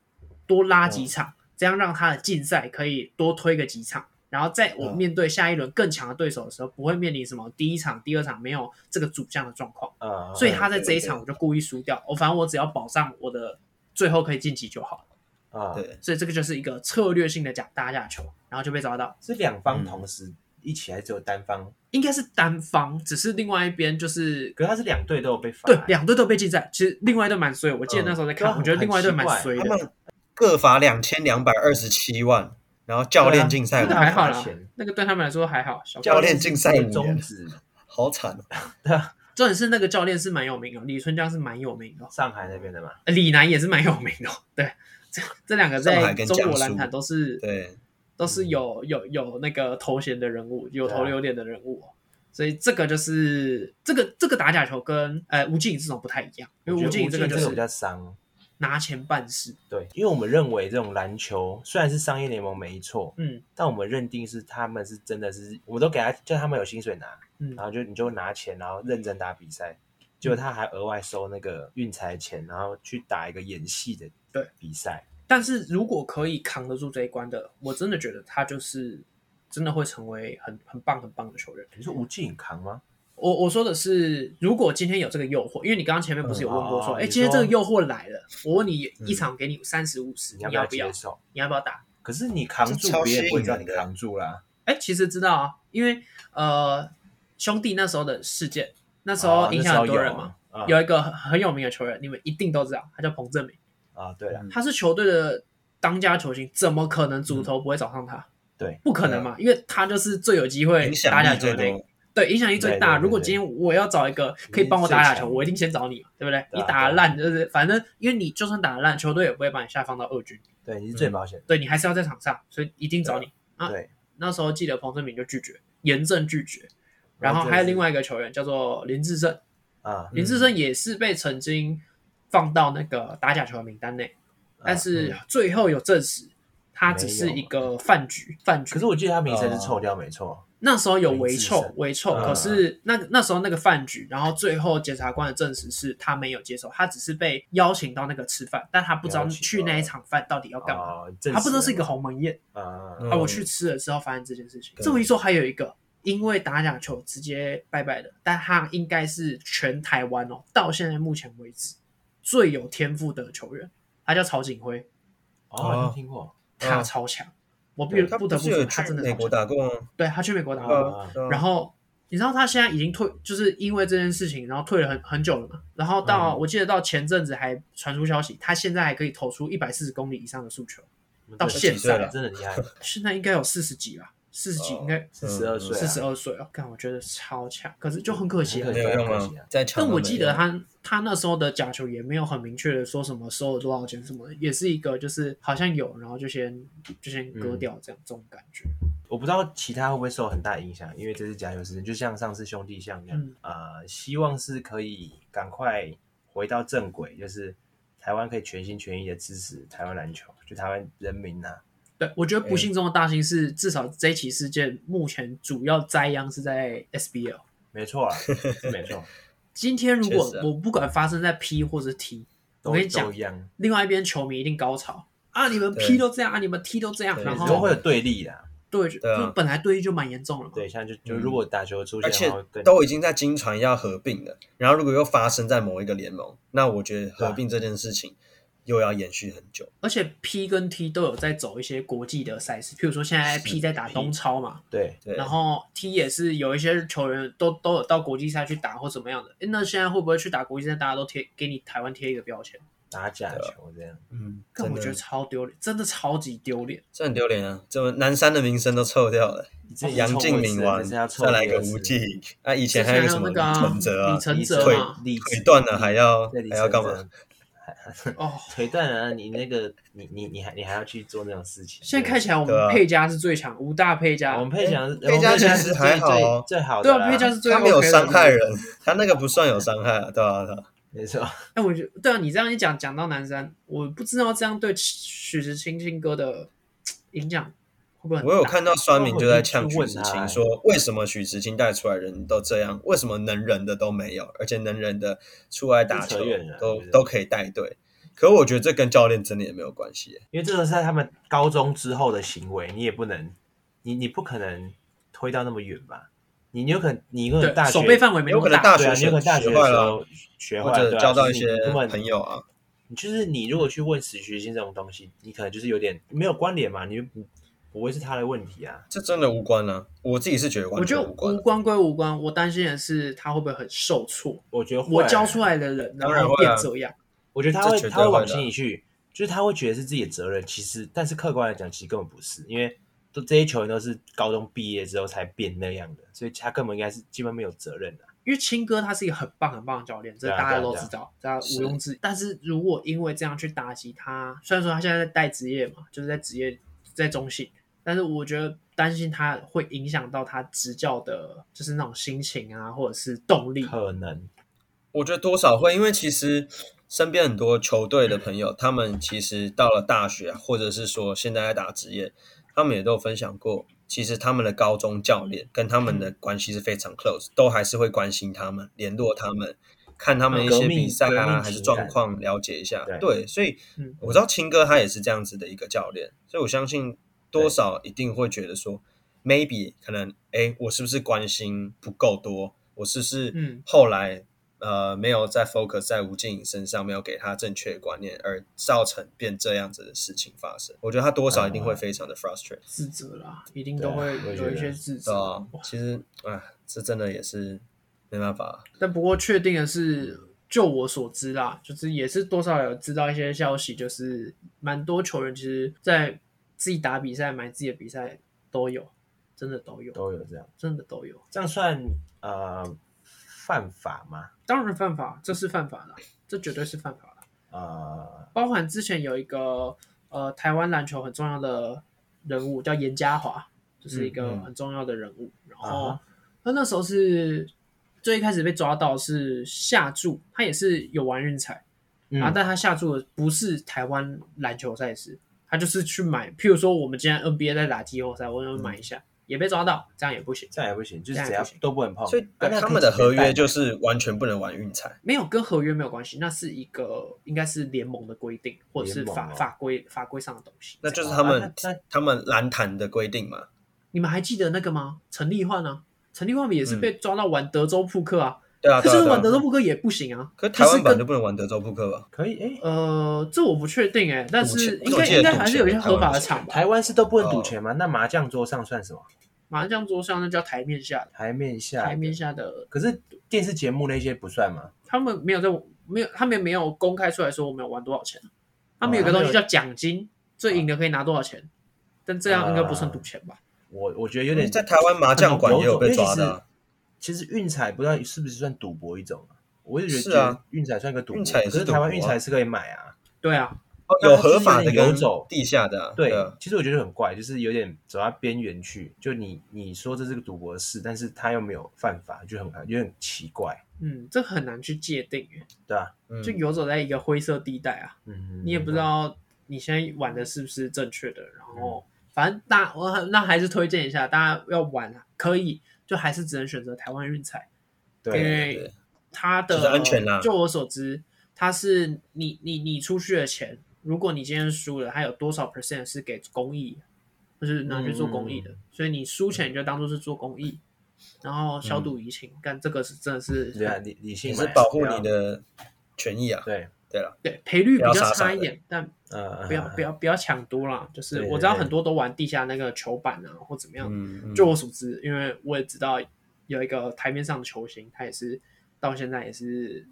多拉几
嗯
场，这样让他的竞赛可以多推个几场。然后在我
嗯
面对下一轮更强的对手的时候，不会面临什么第一场、第二场没有这个主将的状况。
哦
啊，
所以
啊
他在这一场
对
我就故意输掉，哦我、反正我只要保障我的最后可以晋级就好了。
啊，
对，
所以这个就是一个策略性的假打假球，然后就被抓到。
是两
嗯
方同时一起，还只有单方？
应该是单方，只是另外一边就是
可是他是两队都有被罚，
对两队都被禁赛。其实另外一队蛮衰，我记得
嗯
那时候在看，
对啊
我觉得另外一队蛮衰
他
的。
们
各罚两千两百二十七万，然后教练竞赛
那
对
个
啊
还
五
好啦
罚钱，
那个对他们来说还好。小
教练
是
竞赛五年
终止，
好惨哦！
重点是那个教练是蛮有名的，李春江是蛮有名的，
上海那边的嘛，
呃李楠也是蛮有名的。对，这这两个
上
在
海跟
中国
江
篮
苏
坛都是 [laughs]
对，
都
嗯
是有有有那个头衔的人物，
啊
有头有脸的人物哦、所以这个就是这个这个打假球跟呃吴敬颖这种不太一样，因
我觉
为
得
吴敬颖
这
这个就
比较
是
伤。
拿钱办事，
对，因为我们认为这种篮球虽然是商业联盟没错，
嗯
但我们认定是他们是真的是，我们都给他叫他们有薪水拿，
嗯
然后就你就拿钱，然后认真打比赛，结果他还额外收那个运财钱，然后去打一个演戏的
对
比赛，
但是如果可以扛得住这一关的，我真的觉得他就是真的会成为很很棒很棒的球员。
你说吴敬扛吗？
我我说的是，如果今天有这个诱惑，因为你刚刚前面不是有问过
嗯哦
说，哎、
你
今天
说嗯
这个诱惑来了，我问你一场给你三十五十，
你要
你
不要
要不要
接？受？
你要不要打？
可是你扛
这
住
超，
别人不会
吸引
知道你
人的
扛住啦。
哎、其实知道啊，因为呃，兄弟那时候的事件，那时候影响很多人嘛。
哦哦。那时候有
有一个很很有名的球员，你们一定都知道，他叫彭正明，
啊啊，对了，
他是球队的当家球星，怎么可能足头不会找上他？
嗯对，啊
不可能嘛，因为他就是最有机会
影
打
响
假
力
球的
最
那个
多，，
对，影响力最
对
大。
对对
如果今天我要找一个可以帮我打假球，我一定先找你嘛，对不
对
对？
啊
你打得烂就是，反正因为你就算打得烂，球队也不会把你下放到二军，
对，你是最保险的。
对你还是要在场上，所以一定找你。嗯啊
对，
那时候记得彭正明就拒绝，严正拒绝。然后
这个
还有
是
另外一个球员叫做林志胜，
啊，
林志胜也是被曾经放到那个打假球的名单内，
啊
但
嗯
是最后有证实他只是一个饭局，饭局。
可是我记得他名声
哦
是臭掉，没错。
那时候有
啊林
围
志
臭
胜，
围臭，
嗯
可是那那时候那个饭局，然后最后检察官的证实是他没有接受，他只是被邀请到那个吃饭，但他不知道
了解
去那一场饭到底要干嘛，
哦，
他不知道是一个鸿门宴
啊啊
嗯
啊！我去吃了之后发现这件事情。
对
这么一说，还有一个因为打假球直接拜拜的，但他应该是全台湾哦，到现在目前为止最有天赋的球员，他叫曹景辉，
哦，好像听过。
他
嗯
超强，我不
对
不
不
得
得
不
不有
说，他
去
真的
美
超
国
强。
打过吗？
对他去美
嗯
国打过。
啊
对啊
然后你知道他现在已经退，就是因为这件事情，然后退了很很久了嘛。然后到、
嗯
我记得到前阵子还传出消息，他现在还可以投出一百四十公里以上的速球，到现在
了，真的厉害，
现在应该有四十几吧，四十几
哦
应该
四十二岁啊，
四十二岁哦。看我觉得超强，可是就很可惜啊
很可。
没
惜
有用
可惜啊？
吗在场
但
都
我
没
记得
用
他他那时候的假球也没有很明确的说什么收了多少钱什么的，也是一个就是好像有，然后就先就先割
嗯
掉这样、这种感觉。
我不知道其他会不会受很大影响，因为这是假球事件，就像上次兄弟像那样，
嗯
呃，希望是可以赶快回到正轨，就是台湾可以全心全意的支持台湾篮球，就台湾人民啊呐、
对，我觉得不幸中的大幸是，至少这一起事件目前主要栽秧是在 SBL。
没错
[laughs]
啊，是没错，
今天如果
确实啊
我不管发生在 P 或者 T，
都
我跟你
都
讲
一，样，
另外一边球迷一定高潮啊！你们
对
P 都这样啊，你们 T 都这样，
对
然
都
后
会有对立啦。
对，就
对啊
就本来对立就蛮严重了嘛。
嗯
对，像就就如果打球出
而
现，
且
然后更
都已经在经传要合并了，然后如果又发生在某一个联盟，那我觉得合并这件事情又要延续很久。
而且 P 跟 T 都有在走一些国际的赛事，譬如说现在 P 在打东超嘛，
对
对，
然后 T 也是有一些球员都都有到国际赛去打或怎么样的。诶那现在会不会去打国际赛，大家都贴给你台湾贴一个标签？
打假球这样，
嗯，
但
真
我觉得
的
超丢脸，真的超级丢脸。
这很丢脸啊！这么南山的名声都臭掉了，
这已经
哦杨
凑
敬
过一
敏
次了
完，
这是要凑
再来一
第
个
二次
吴敬，那以
之
前
前
还有一个什
那
么
个啊
李承哲啊
李，承
李
哲
晨
嘛，
李
腿
晨
断了还要
对李
还要
晨
干
哲
嘛？
哦，
腿断了啊，你那个你你你还你还要去做那种事情？
现在看起
来，
来我
对
们
啊
配家是最强，五大配家
啊我们配强是，
佩佳
我们佩佳
其实
是
还
最
好哦
最最好的
对
啦，
啊，配家是最
他
OK
没
的
有伤害。人，他那个不算有伤害啊，对吧？对啊
没错。
哎，我觉得对啊，你这样一讲，讲到南山，我不知道这样对许志清新哥的嘖影响会不会很大。
我有看到酸民就在
那
呛
我就去
许
问
时
他
清
欸
说，为什么许时清带出来人都这样？为什么能人的都没有？而且能人的出来打
不扯
球
远了
都
我觉得
都可以带队。可我觉得这跟教练真的也没有关系欸。
因为这个是在他们高中之后的行为，你也不能，你你不可能推到那么远吧？你你有可能，你有可能大
对，
学
手背范围没那
有
么
可能
大。
大
对啊，
学
你有
学
可能大学
学
的
坏
时
了
候学
或
坏了，
者
对啊
交到
就
一
是
些
你根本
朋友啊，
就是你如果去问死学性这种东西，你可能就是有点没有关联嘛，你就不不会是他的问题啊。
这真的无关啊。我自己是觉得
我
完
觉
全
得
无关啊
无。关归无关，我担心的是他会不会很受挫。
我觉得会
我教出，来的人，然
当然
后
会
变
啊
这样，
我觉得他会
这绝对
他会往
会的
心里去，就是他会觉得是自己的责任，其实但是客观来讲，其实根本不是，因为都这些球员都是高中毕业之后才变那样的，所以他根本应该是基本没有责任的、
因为青哥他是一个很棒很棒的教练，这
对啊
大
对
家
啊
都
对啊
知道，大家
是
毋庸置疑。但是如果因为这样去打击他，虽然说他现在在带职业嘛，就是在职业在中信，但是我觉得担心他会影响到他执教的，就是那种心情啊，或者是动力。
可能
我觉得多少会，因为其实身边很多球队的朋友，他们其实到了大学，啊或者是说现在在打职业，他们也都有分享过，其实他们的高
嗯
中教练跟他们的关系是非常 close，都还是会关心他们、联络他们，看他们一
嗯革
些
命
比赛
革
啊，
命
还是
情
状
感
况了解一下。
对
对，所以
嗯
我知道青哥他也是这样子的一个教练，所以我相信多少一定会觉得说，maybe 可能哎，我是不是关心不够多？我是不是
嗯
后来呃没有在 focus 在吴静颖身上，没有给他正确的观念，而造成变这样子的事情发生？我觉得他多少一
哦
定会非常的 frustrated。
自责啦，一定
对
都
啊
会
我也觉
有一
得
些自
对
责
哦
啊。，其实啊，这真的也是没办法。
但不过确定的是，就我所知啦，就是也是多少有知道一些消息，就是蛮多球员其实在自己打比赛、买自己的比赛都有，真的都有，
都有这样，
真的都有。
这样算呃犯法吗？
当然犯法，这是犯法的，这绝对是犯法的。
呃，
包含之前有一个呃台湾篮球很重要的人物叫严家华，就是一个
嗯嗯
很重要的人物。然
啊
后他那时候是最一开始被抓到是下注，他也是有玩运彩。
嗯
然后但他下注的不是台湾篮球赛事，他就是去买，譬如说我们今天 NBA 在打季后赛，我想买一下，也被抓到，这样也不行，
嗯这样也不行，就是
这样
只
也
要
不行
都不能碰。
所以
啊那
他
可以
们的
直接
合约
带
就是完全不能玩运彩。
没有跟合约没有关系，那是一个应该是联盟的规定或者是
联盟
法、
哦
法规法规上的东西。
那就是
这样
他们、
啊那那
他们篮坛的规定嘛。
你们还记得那个吗？陈立焕啊，陈立焕也是被抓到玩德州扑克啊，
对嗯啊，
可
对
是
啊，
玩
对
德
啊
州扑克也不行啊。
可是台湾
这是
版
跟
就不能玩德州扑克吧？
可以哎，
呃，这我不确定哎、但是
赌钱
应
我
该
记得
应该还是有一些
赌钱
合法
台湾
的
是
场吧。
台湾是都不能赌钱吗？那麻将桌上算什么？
麻将桌上那叫台面下的，
台面
啊
下，
台面。下的
可是电视节目那些不算吗？
他们没有在没有，他们没有公开出来说我们有玩多少钱。啊他们有
哦
个
他们
东西
有
叫奖金，最赢的可以拿多少钱，但这样应该不算赌钱吧？
啊
我我觉得有
对，
点
在台湾麻将馆也有被抓的啊，
其实运彩不知道是不是算赌博一种啊？我也觉
是
得
啊
运彩算个赌博，
运彩也是
可是
赌
台湾
博啊
运彩是可以买啊。
对啊，
哦
那
有
它就是
合法的
有点游
跟
走
地下的、啊。
对
啊，
其实我觉得很怪，就是有点走到边缘去。就你你说这是个赌博的事，但是他又没有犯法，就很有点奇怪，
嗯，这很难去界定耶，
对吧、
嗯
就游走在一个灰色地带啊，
嗯，
你也不知道你现在玩的是不是正确的。然
嗯
后，反正大我还那还是推荐一下，大家要玩啊，可以，就还是只能选择台湾运彩。
对，
因
对
为
对
它的
就是安全啦
就我所知，它是你你你出去的钱，如果你今天输了，它有多少 percent 是给公益，就是拿去做公益
嗯
的。所以你输钱你就当做是做公益，然后消毒疫情。
嗯
干这个是真的是
对啊，理理性
你
买
是
啊
保护
不要
你的权益啊。
对，
对了，
对赔率比较
不要傻傻
差
的
一点，但
啊
呃，
不要不要不要抢多啦。就是
对
我知道
对对
很多都玩地下那个球板啊或怎么样，
嗯，嗯
就我所知，因为我也知道有一个台面上的球星，他也是到现在也是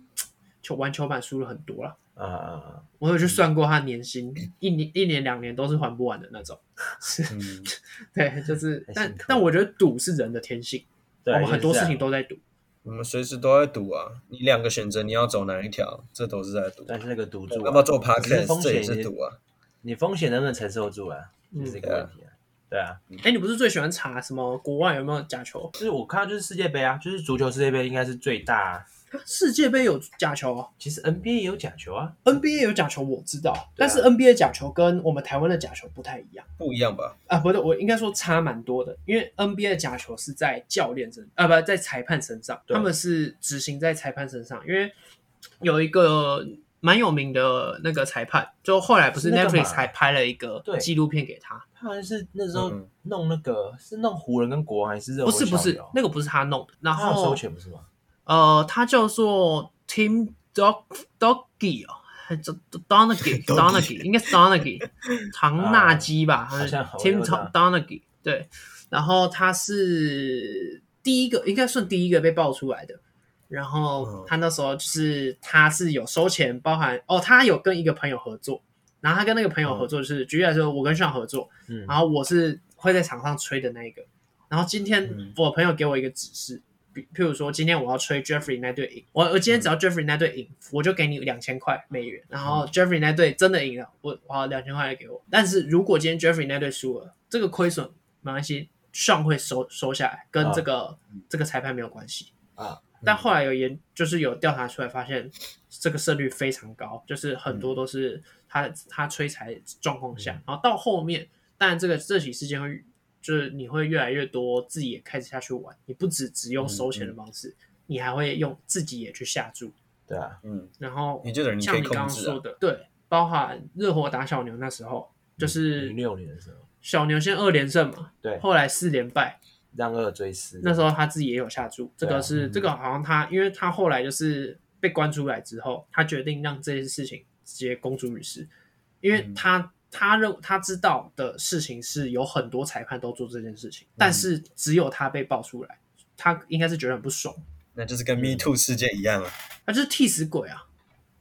球玩球板输了很多了。
啊啊
我有去算过他年薪，一年、一年、两年都是还不完的那种。是，
嗯
对，就是
太，辛苦
但
了
但我觉得赌是人的天性，我
对，
们哦很多
就是啊这
事
样
情都在赌。
[laughs] 我们随时都在赌啊。你两个选择，你要走哪一条，这都是在赌。
但是那个赌注啊、
要不要做
可是
podcast？
风
这
险
也
已
是
经
赌啊。
你风险能不能承受住啊？
嗯
这是一个问题啊。对啊，
哎，你不是最喜欢查什么国外有没有假球？
就是我看到就是世界杯啊，就是足球世界杯应该是最大、啊。
啊世界杯有假球啊
其实 NBA 也有假球啊，
，NBA 有假球我知道，但是 NBA 假球跟我们台湾的假球不太一样
不一样吧？
啊。不对，我应该说差蛮多的，因为 NBA 的假球是在教练身啊，不在裁判身上，
对
他们是执行在裁判身上，因为有一个蛮有名的那个裁判，就后来不是
是那个嘛
Netflix 还拍了一个
对
纪录片给他，
他好像是那时候
嗯
弄那个、是弄湖人跟国王还是热
不
火
是
小牛？啊
不是，那个不是他弄的，然
他有
后
收钱不是吗？
呃，他叫做 Tim Dog Doggy 哦。还是
[laughs]
Donaghy Donaghy 应该是 Donaghy 唐纳基吧，
啊好像好像
Tim
有他
Donaghy 对，然后他是第一个，应该算第一个被爆出来的。然后
嗯
他那时候就是他是有收钱，包含哦，他有跟一个朋友合作，然后他跟那个朋友合作就是，举例来说，我跟炫合作，
嗯，
然后我是会在场上吹的那一个。然后今天
嗯
我朋友给我一个指示，比譬如说今天我要吹 Jeffrey 那队赢，我我今天只
嗯
要 Jeffrey 那队赢，我就给你两千块美元。然后 Jeffrey 那队真的赢了，我我两千块来给我。但是如果今天 Jeffrey 那队输了，这个亏损没关系，上会收收下来，跟
啊
这个、这个裁判没有关系。
啊，
嗯
但后来有研，就是有调查出来发现，这个胜率非常高，就是很
嗯
多都是他、他摧残状况下，然后到后面，当然这个这起事件会，就是你会越来越多自
嗯
己也开始下去玩，你不只只用收钱的方式，你还会用自己也去下注，
对啊，
嗯，
然后
你这个人你可
像
以
你刚
控
刚
制
说
啊，
的，对，包含热火打小牛那时候，
嗯
就是
零六年的时候，
小牛先二连胜嘛，
对，
后来四连败，
让二追四，
那时候他自己也有下注，这
对啊
个是、
嗯
这个好像他，因为他后来就是被关出来之后，他决定让这件事情直接公诸于世，
嗯
因为他、他认他知道的事情是有很多裁判都做这件事
嗯
情，但是只有他被爆出来，他应该是觉得很不爽，
那就是
嗯
跟 Me Too 事件一样啊。
他就是替死鬼啊，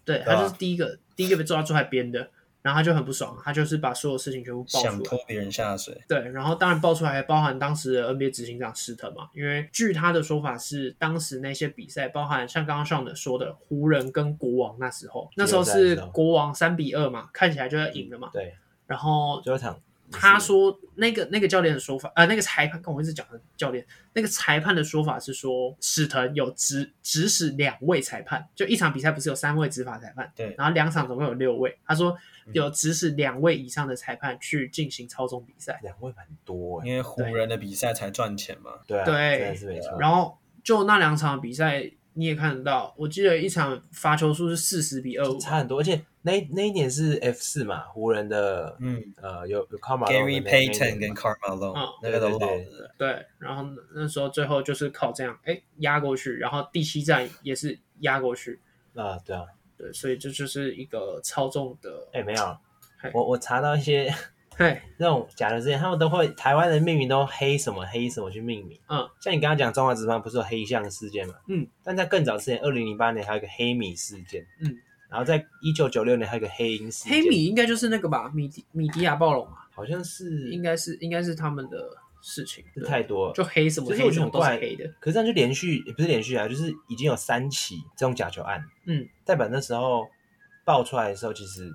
对
对啊
他就是第一个第一个被抓出来编的，然后他就很不爽，他就是把所有事情全部爆
想
出来
拖。别人下水，
对，然后当然爆出来还包含当时的 NBA 执行长施特嘛，因为据他的说法是，当时那些比赛包含像刚刚上的说的湖人跟国王那时候，那时候
季后赛
是
的时候嗯
国王三比二嘛，看起来就要赢了嘛。
对，
然后
最后一场
他说那个那个教练的说法，呃，那个裁判跟我一直讲的教练，那个裁判的说法是说，史腾有指指使两位裁判，就一场比赛不是有三位执法裁判，
对
然后两场总共有六位，他说
嗯
有指使两位以上的裁判去进行操纵比赛，
哎两位蛮多哎，
因为湖人的比赛才赚钱嘛。
对啊，
对
真的是没错，
然后就那两场比赛你也看得到，我记得一场罚球数是四十比二五，
差很多，而且那那一年是 F 四嘛，湖人的
嗯
呃有有 c a r m a
，Gary Payton 跟 c a r m a l o
嗯
n 那个都
对
老
对对
了，
对，然后那时候最后就是靠这样哎压过去，然后第七站也是压过去。
啊对啊，
对，所以这就是一个操纵的，
哎没有
嘿，
我我查到一些
嘿，
那种假的之前，他们都会台湾人命名都黑什么黑什么去命名，
嗯，
像你刚刚讲中华职棒不是有黑象事件嘛，
嗯，
但在更早之前，二零零八年还有一个黑米事件，
嗯，
然后在一九九六年还有一个黑鹰事件，
黑米应该就是那个吧，米迪米迪亚暴龙嘛，
好像是
应该是应该是他们的事情，
是
对
太多了，
就黑什么
其实我
黑
觉
什
得很
么都是
怪
黑的，
可是这样就连续也不是连续啊，就是已经有三起这种假球案，
嗯，
代表那时候爆出来的时候，其实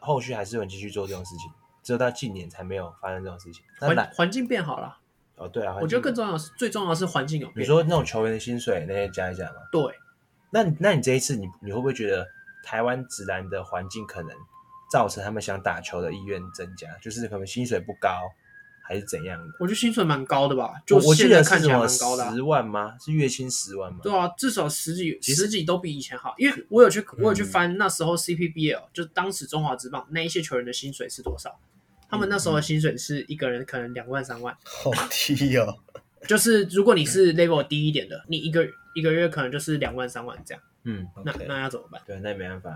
后续还是有人继续做这种事情，只有到近年才没有发生这种事情。那
环
来
环境变好了，
哦，对啊，
我觉得更
重，
重要的是最重要的是环境有
你
变，
说那种球员的薪水那些加一加嘛，
对，
那你那你这一次你你会不会觉得台湾直男的环境可能造成他们想打球的意愿增加，就是可能薪水不高还是怎样的？
我觉得薪水蛮高的吧，就
我我记
现在
得
看
是
起
什
来
么
蛮高的啊、
十万吗？是月薪十万吗？
对啊，至少十几
其实
十几都比以前好，因为我有去我有去
嗯
翻那时候 CPBL，、就是当时中华职棒那一些球员的薪水是多少，他们那
嗯
时候的薪水是一个人可能两万三万。
好低哦。
就是如果你是
嗯
level 低一点的，你一个一个月可能就是两万三万这样，
嗯，
[laughs] 那
OK，
那要怎么办？
对，那也没办法。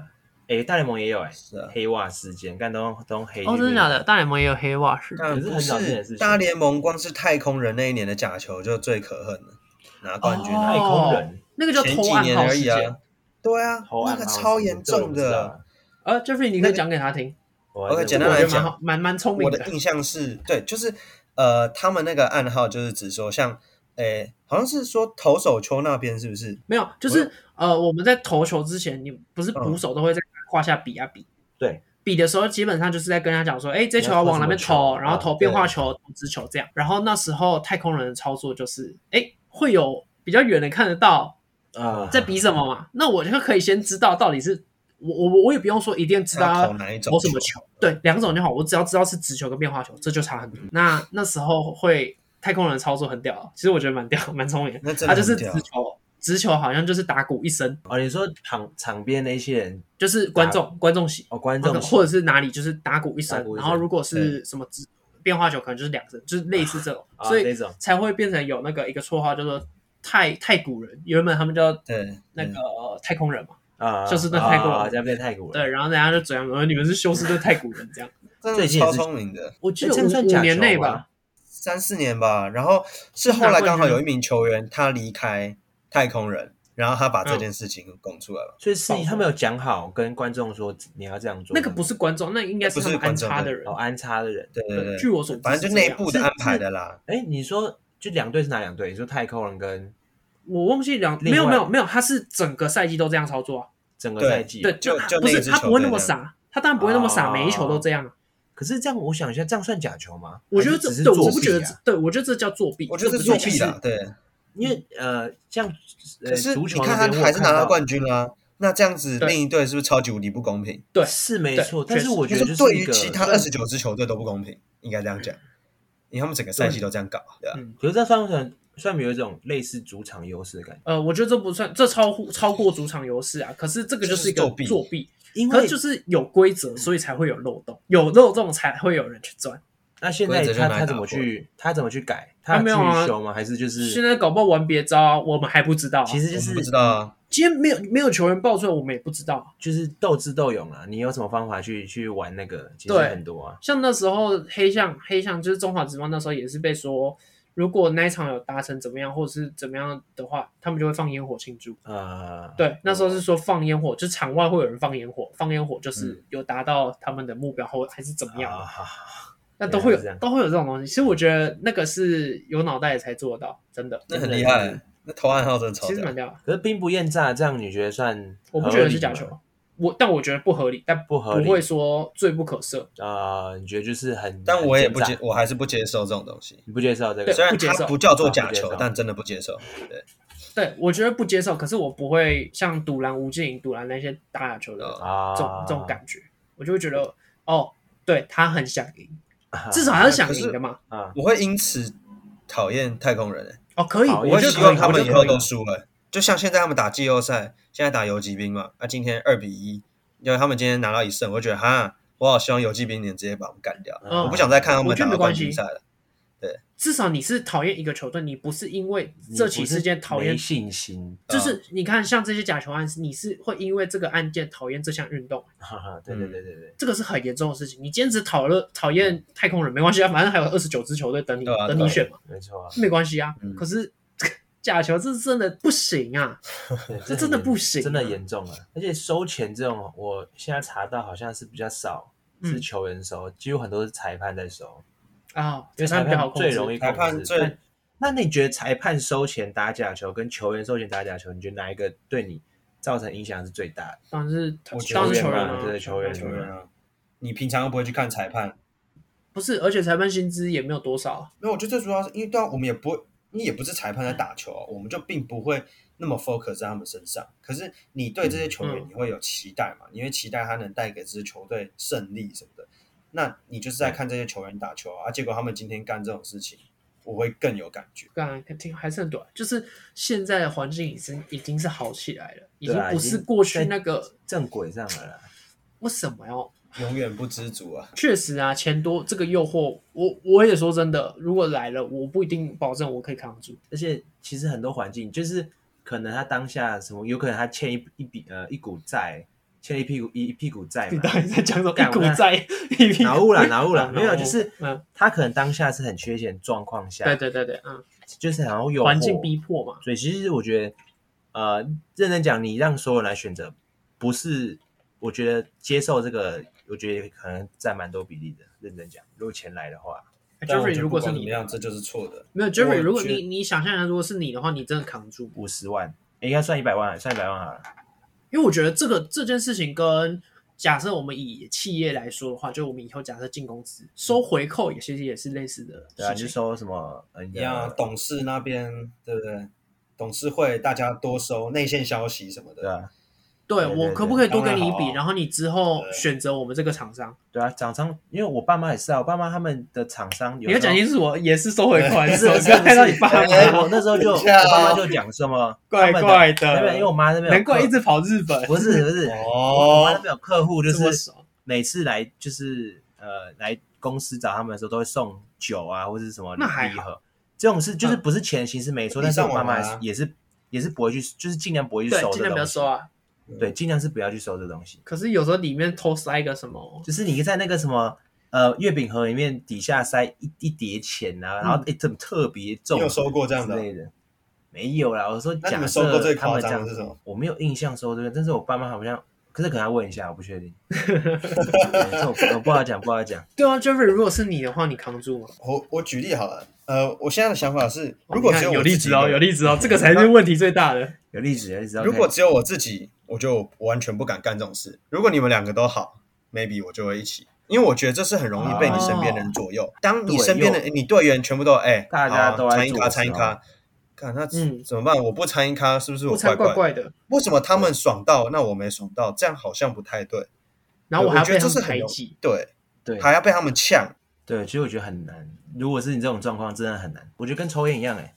诶，大联盟也有诶，
是啊。
黑袜事件，干都都用黑。
哦，真的假？的？大联盟也有黑袜是
但
可是很少见的事情
是大联盟光是太空人那一年的假球就最可恨了，拿冠军
太
啊
哦
空人
那个叫
前
投
几
暗
年
号
而
事
已
件
啊。。对啊
投，
那
暗
个
号
超
事件
严
这我
重
不知道
的。
啊。
呃，Jeffrey，你可以讲给他听，
我
OK，
还是
简
我
单
不
觉
来
得
知道
蛮
讲
好，蛮蛮聪明
我的印象是，对，就是呃，他们那个暗号就是指说像，诶，好像是说投手丘那边是不是？
没有，就是呃，我们在投球之前，你不是
嗯
捕手都会在胯下比啊比。
对。
比的时候，基本上就是在跟他讲说，哎，这球要
要投
往哪边
什么
投，
球
然后
啊
投变化球、投直球这样。然后那时候太空人的操作就是，哎，会有比较远的看得到，
啊，
在比什么嘛？那我就可以先知道到底是我我我我也不用说一定知道
他
要
投哪一种？
投什么？球，对，两种就好，我只要知道是直球跟变化球，这就差很多。那那时候会太空人的操作很屌，其实我觉得蛮屌，蛮聪明的。
那真
他
的
啊就是
很
直
屌。
球，直球好像就是打鼓一声，
哦，你说场场边那些人
就是观众观众席，
哦，观
或者
众
或者是哪里就是打鼓一声
打，鼓一
然
声
后如果是什么直变化球，可能就是两声，就是类似这种，
啊
所以
那种
才会变成有那个一个绰号叫做太太古人，原本他们叫
对，
那个、呃太空人嘛。
啊，
就是那泰国人
啊在变泰国人。
对，然后人家就怎样，呃，你们是休斯顿太古人这样。
真
这
的
一届也
超
是
聪明的，
我记
诶
得
这
五
样算假
五年
球
内
吗
吧，
三四年吧。然后是后来刚好有一名球员他离开太空人，然后他把
嗯
这件事情拱出来了。
所以是
爆
他们有讲好跟观众说你要这样做，
那个不是观众，那应该是
不
他
是
们安
观众
插
对
的人
哦。安插的人。
对对对，
据我所知，
反正就内部的安排。
是
的啦。
哎，你说就两队是哪两队？你说太空人跟
我忘记两
另
没有没有
外
没有，他是整个赛季都这样操作啊。
整个
对
赛季？
对，
就
他
就
不
那
是
一支
他
球
不会
队
那么
这样
傻，他当然不会那么傻，
哦
每一球都这样啊。
可是这样我想一下，这样算假球吗？
我觉得
还是
这
只是
对，
作
我
弊
是不觉得
啊
这，对我觉得这叫作弊，
我觉得
这
是
不叫
作弊啦，。对。
因为
嗯
呃，像呃
可是
足
你
球
看
那
他
边我
还是拿
看
到
到
冠军啦、那这样子
对
另一队是不是超级无敌不公平？
对
是没
对
错，
确
但是
实
我觉得
就
就是是
对
一
于
个，
其他二十九支球队都不公平，应该这样讲，因为他们整个赛季都这样搞，对吧、
嗯
可是这算不算算没有一种类似主场优势的感觉，
呃，我觉得这不算，这超乎超过主场优势啊。可是这个就是一个
就是作弊
作弊，
因
可
为
是就是有规则，所以才会有漏洞，有漏洞才会有人去钻。
那现在
规则就
他
拿来
他
打
怎么
破
去他怎么去改？
啊
他
没有啊
去修吗？还是就是
现在搞不好玩别招啊，我们还不知道啊。
其实就
我
是
们不知道啊，
今天没有没有球员爆出来，我们也不知道啊。
就是斗智斗勇啊，你有什么方法去去玩那个？其实
对
很多啊，
像那时候黑象黑象就是中华职棒那时候也是被说，如果那一场有达成怎么样，或者是怎么样的话，他们就会放烟火庆祝。
呃，
对，那时候是说放烟火，就场外会有人放烟火，放烟火就是
嗯
有达到他们的目标或还是怎么样的，
啊，好好
那都会
原来是这
有
样
都会有这种东西。其实我觉得那个是有脑袋才做得到，真的，
那很厉害，那投暗号真的超
其实
屌
蛮。屌的。
可是兵不厌诈，这样你觉得算？
我不觉得是假球，，我但我觉得不合理，但
不合理
不会说罪不可赦。
呃，你觉得就是很，
但我也不
很
接
奸，诈，
我还是不接受这种东西。
你不接受这
对
个？
虽然
不接
它
受
不叫做假
不接
球
受，
但真的不接受。
对，我觉得不接受，可是我不会像赌篮吴敬颖、赌篮那些打假球的
哦
啊，
这种这种感觉，我就会觉得哦，对他很想赢，
啊
至少他是想赢的嘛。
啊，
我会因此讨厌太空人、欸，
哦，可以，
好
我
我会
就
希
可
望
以，
他
我
们
就
以后
可
都
以。
输了。就像现在他们打季后赛，现在打游击兵嘛，那、啊今天二比一，因为他们今天拿到一胜，我就觉得哈，我好希望游击兵能直接把我们干掉，
啊
嗯
我不想再看他
我
们
觉得
打
没
到
关
冠
系
军赛了。
至少你是讨厌一个球队，你不是因为
你
这
不
起
是
事件讨厌
没，信心，
就是你看像这些假球案，你是会因为这个案件讨厌这项运动，
哈哈，对对对对对，
这个是很严重的事情。你坚持讨论讨
嗯
厌太空人没关系啊，反正还有二十九支球队等你
对啊
等你
对啊
选嘛，
没错啊，
没关系啊
嗯。
可是假球这真的不行啊。
对
这
很
真的
严
不行
真的
啊
严重了。而且收钱这种，我现在查到好像是比较少，
嗯
是球员收，几乎很多是裁判在收，
啊，
因为
裁
裁
判比较好
判
控
最
制
容易
裁判
控制。
最
但那你觉得裁判收钱打假球跟球员收钱打假球，你觉得哪一个对你造成影响是最大的？
当然是
我觉得
当然是球
球
员
员
啊，
嘛对球员
球
球员
啊，你平常又不会去看裁判，
不是，而且裁判薪资也没有多少啊，
没有，我觉得最主要是因为对啊，我们也不会，你也不是裁判在打球、啊，我们就并不会那么 focus 在他们身上。可是你对这些球
嗯
员，你会有期待嘛？你会期待他能带给这支球队胜利什么的。那你就是在看这些球员打球啊，啊结果他们今天干这种事情，我会更有感觉。
干挺还是很短。就是现在的环境已经已经是好起来了，已
对啊
不
已
是
经
过去
在
那个
正轨上了啦。
为什么要。
永远不知足啊！
确实啊，钱多这个诱惑，我我也说真的，如果来了，我不一定保证我可以扛住。
而且其实很多环境就是可能他当下什么，有可能他欠一一笔呃一股债，欠一屁股一一屁股债
哎
你
嘛
到。底在讲什么？
干
一
我
股
在
债，一屁
哪
股
物
[laughs]
啦，哪物啦，
啊
没有，
脑雾
就是
嗯
他可能当下是很缺钱的状况下，
对对对对，嗯，
就是然后有
环境逼迫嘛，
所以其实我觉得，呃，认真讲，你让所有人来选择，不是我觉得接受这个，我觉得可能占蛮多比例的。认真讲，如果钱来的话，
但我
哎 Jeffrey，
觉得
如
不
果是
管怎
你
么，样，这就是错的。
没有 Jeffrey，
我
如果
觉
你你想象一下，如果是你的话，你真的扛住不？
五十万，诶应该算一百万，算一百万好了。
因为我觉得这个这件事情跟假设我们以企业来说的话，就我们以后假设进公司收回扣，也其实也是类似的
对啊，
事
就
情。
收什么，呃，你
一样啊，
的
董事那边对不对？董事会大家多收内线消息什么
对
的，
啊，
对
对
我
对
可不可以多
当
给
然
你一
好啊
笔，然后你之后
对
选择我们这个厂商？
对啊，厂商，因为我爸妈也是啊，我爸妈他们的厂商有
你要
时候
讲清楚，我哦也是收回扣，还
不
是
是
我
不
是看到你爸
哎
妈
我那时候就
等一下
我爸妈
哦
就讲什么
怪
他们
怪
的，那边因为我
的，
妈那边有
难怪
客
一直跑日本，
不是不是，
哦
啊我妈那边有客户就
这么
是
爽。
每次来就是呃来公司找他们的时候都会送酒啊或者是什么
那还
礼盒，这种事就是不是钱的形式没错，
嗯
但是我爸妈
礼尚往来啊
也是也是不会去，就是尽量不会去
对，
收
尽
这
量不要
东
收
西，
啊。
嗯
对，尽量是不要去收这东西，
可是有时候里面偷塞一个什么，
就是你在那个什么。呃，月饼盒里面底下塞一一叠钱啊，然后哎，怎么特别重？
嗯你有收过这样的
之
哦？
类的。没有啦，我说
那你
假
们收过
设
最
他们
夸
这
张
样
的是，什么？
我没有印象收这个，但是我爸妈好像，可是可能要问一下，我不确
[laughs]
定。对这我不我不好讲，不好讲。
对啊，Jeffrey，如果是你的话，你扛住吗？
我我举例好了，呃，我现在的想法是，
哦
如果
你看
只有
有
我自
例
己
子
一
哦，
个
有
人，
例子哦，这个才是问题最大的。
有例子，有例子。
如
OK
果只有我自己，我就完全不敢干这种事。如果你们两个都好，maybe 我就会一起，因为我觉得这是很容易被你身边的人左右。当你身边的你队员全部都哎，
大家都
好啊
在
参一
做的时
咖
候
参一咖，看那
嗯
怎么办？我不参一咖，是不是
不
我
才
怪
怪
怪？
怪的，
为什么他们爽到，那我没爽到？这样好像不太对。
然后我还要
觉得
被他们
这是很
排
容
挤。，
对，
对
还要被他们呛。
对，其实我觉得很难。如果是你这种状况，真的很难。我觉得跟抽烟一样、欸，哎，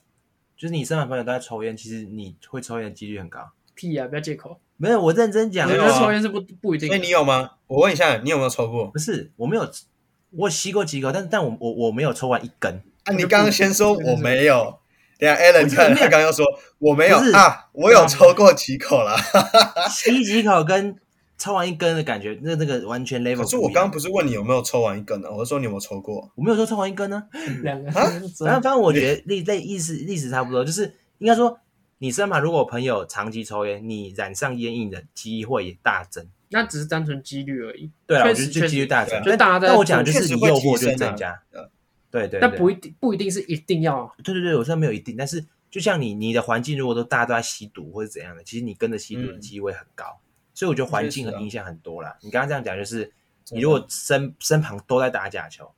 就是你身旁朋友都在抽烟，其实你会抽烟的几率很高。
屁啊！不要借口，
没有，我认真
我
讲
觉
没有
得
啊
哦，
抽烟是不不一定
所
的。
以你有吗？我问一下，你有没有抽过？
不是，我没有，我吸过几口，但但我我我没有抽完一根，
啊，你刚刚先说我没有，等一下
我
Alan
觉得
看
没有
他刚刚说我没有
不是
啊，我有抽过几口啦。啊
吸几口跟抽完一根的感觉，那那个完全 level
可是
不
我
一
刚
样
刚不是问你有没有抽完一根呢？我是说你有没有抽过？
我没有说抽完一根
[laughs]
呢、
两个
啊
反正反正我觉得历类意思意思差不多，就是应该说，你身旁如果朋友长期抽烟，你染上烟瘾的机会也大增。
那只是单纯几率而已。
对啊了，我觉
确
得
实
这几率大增。
确实
但
就大家在
但我讲的就
确
是
实
你
会
诱
提
惑就
升
会
啊
增加
呃。
对对，
但
对
嗯不一定不一定是一定要啊。
对对对，我说没有一定，但是就像你你的环境如果都大家都在吸毒或者怎样的，其实你跟着吸毒的
嗯
机会很高，所以我觉得环境
确实啊
很影响很多啦。你刚刚这样讲就是，
真的
你如果身身旁都在打假球，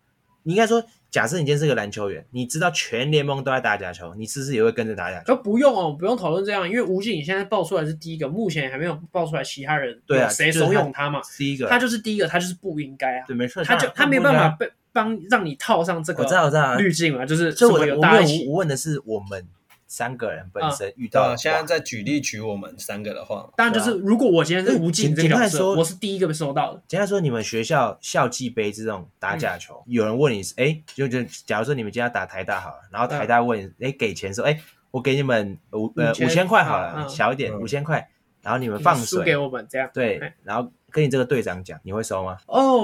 你应该说，假设你今天是个篮球员，你知道全联盟都在打假球，你是不是也会跟着打假球？
可不用哦，不用讨论这样，因为吴敬颖现在爆出来是第一个，目前还没有爆出来其他人
对啊
谁
就是
怂
他
恿他嘛，
第一个，
他就是第一个，他就是不应该啊，
对，没错，
他
当
就
然
他没办法
不啊
被帮让你套上这
应该。我知道，
个
我知道啊。
滤镜嘛，就是
所以
什么
我
有
我
大
没
家一
有
起
我问的是我们三个人本
啊
身遇
对
到
啊，
的
现在
话
在举例举我们三个的话，
当然
啊
就是，如果我今天是吴敬颖这个角
请请看
色，
说
我是第一个被收到的。
简单说，你们学校校际杯这种打假球，
嗯
有人问你是，哎，就就假如说你们今天要打台大好了，然后台大问你，哎，给钱说，哎，我给你们五呃
五千
五千块好
嗯
了，
嗯
小一点
嗯
五千块，然后你们放
你输给
水，
我们这样。
对
哎，
然后跟你这个队长讲，你会收吗？
哦，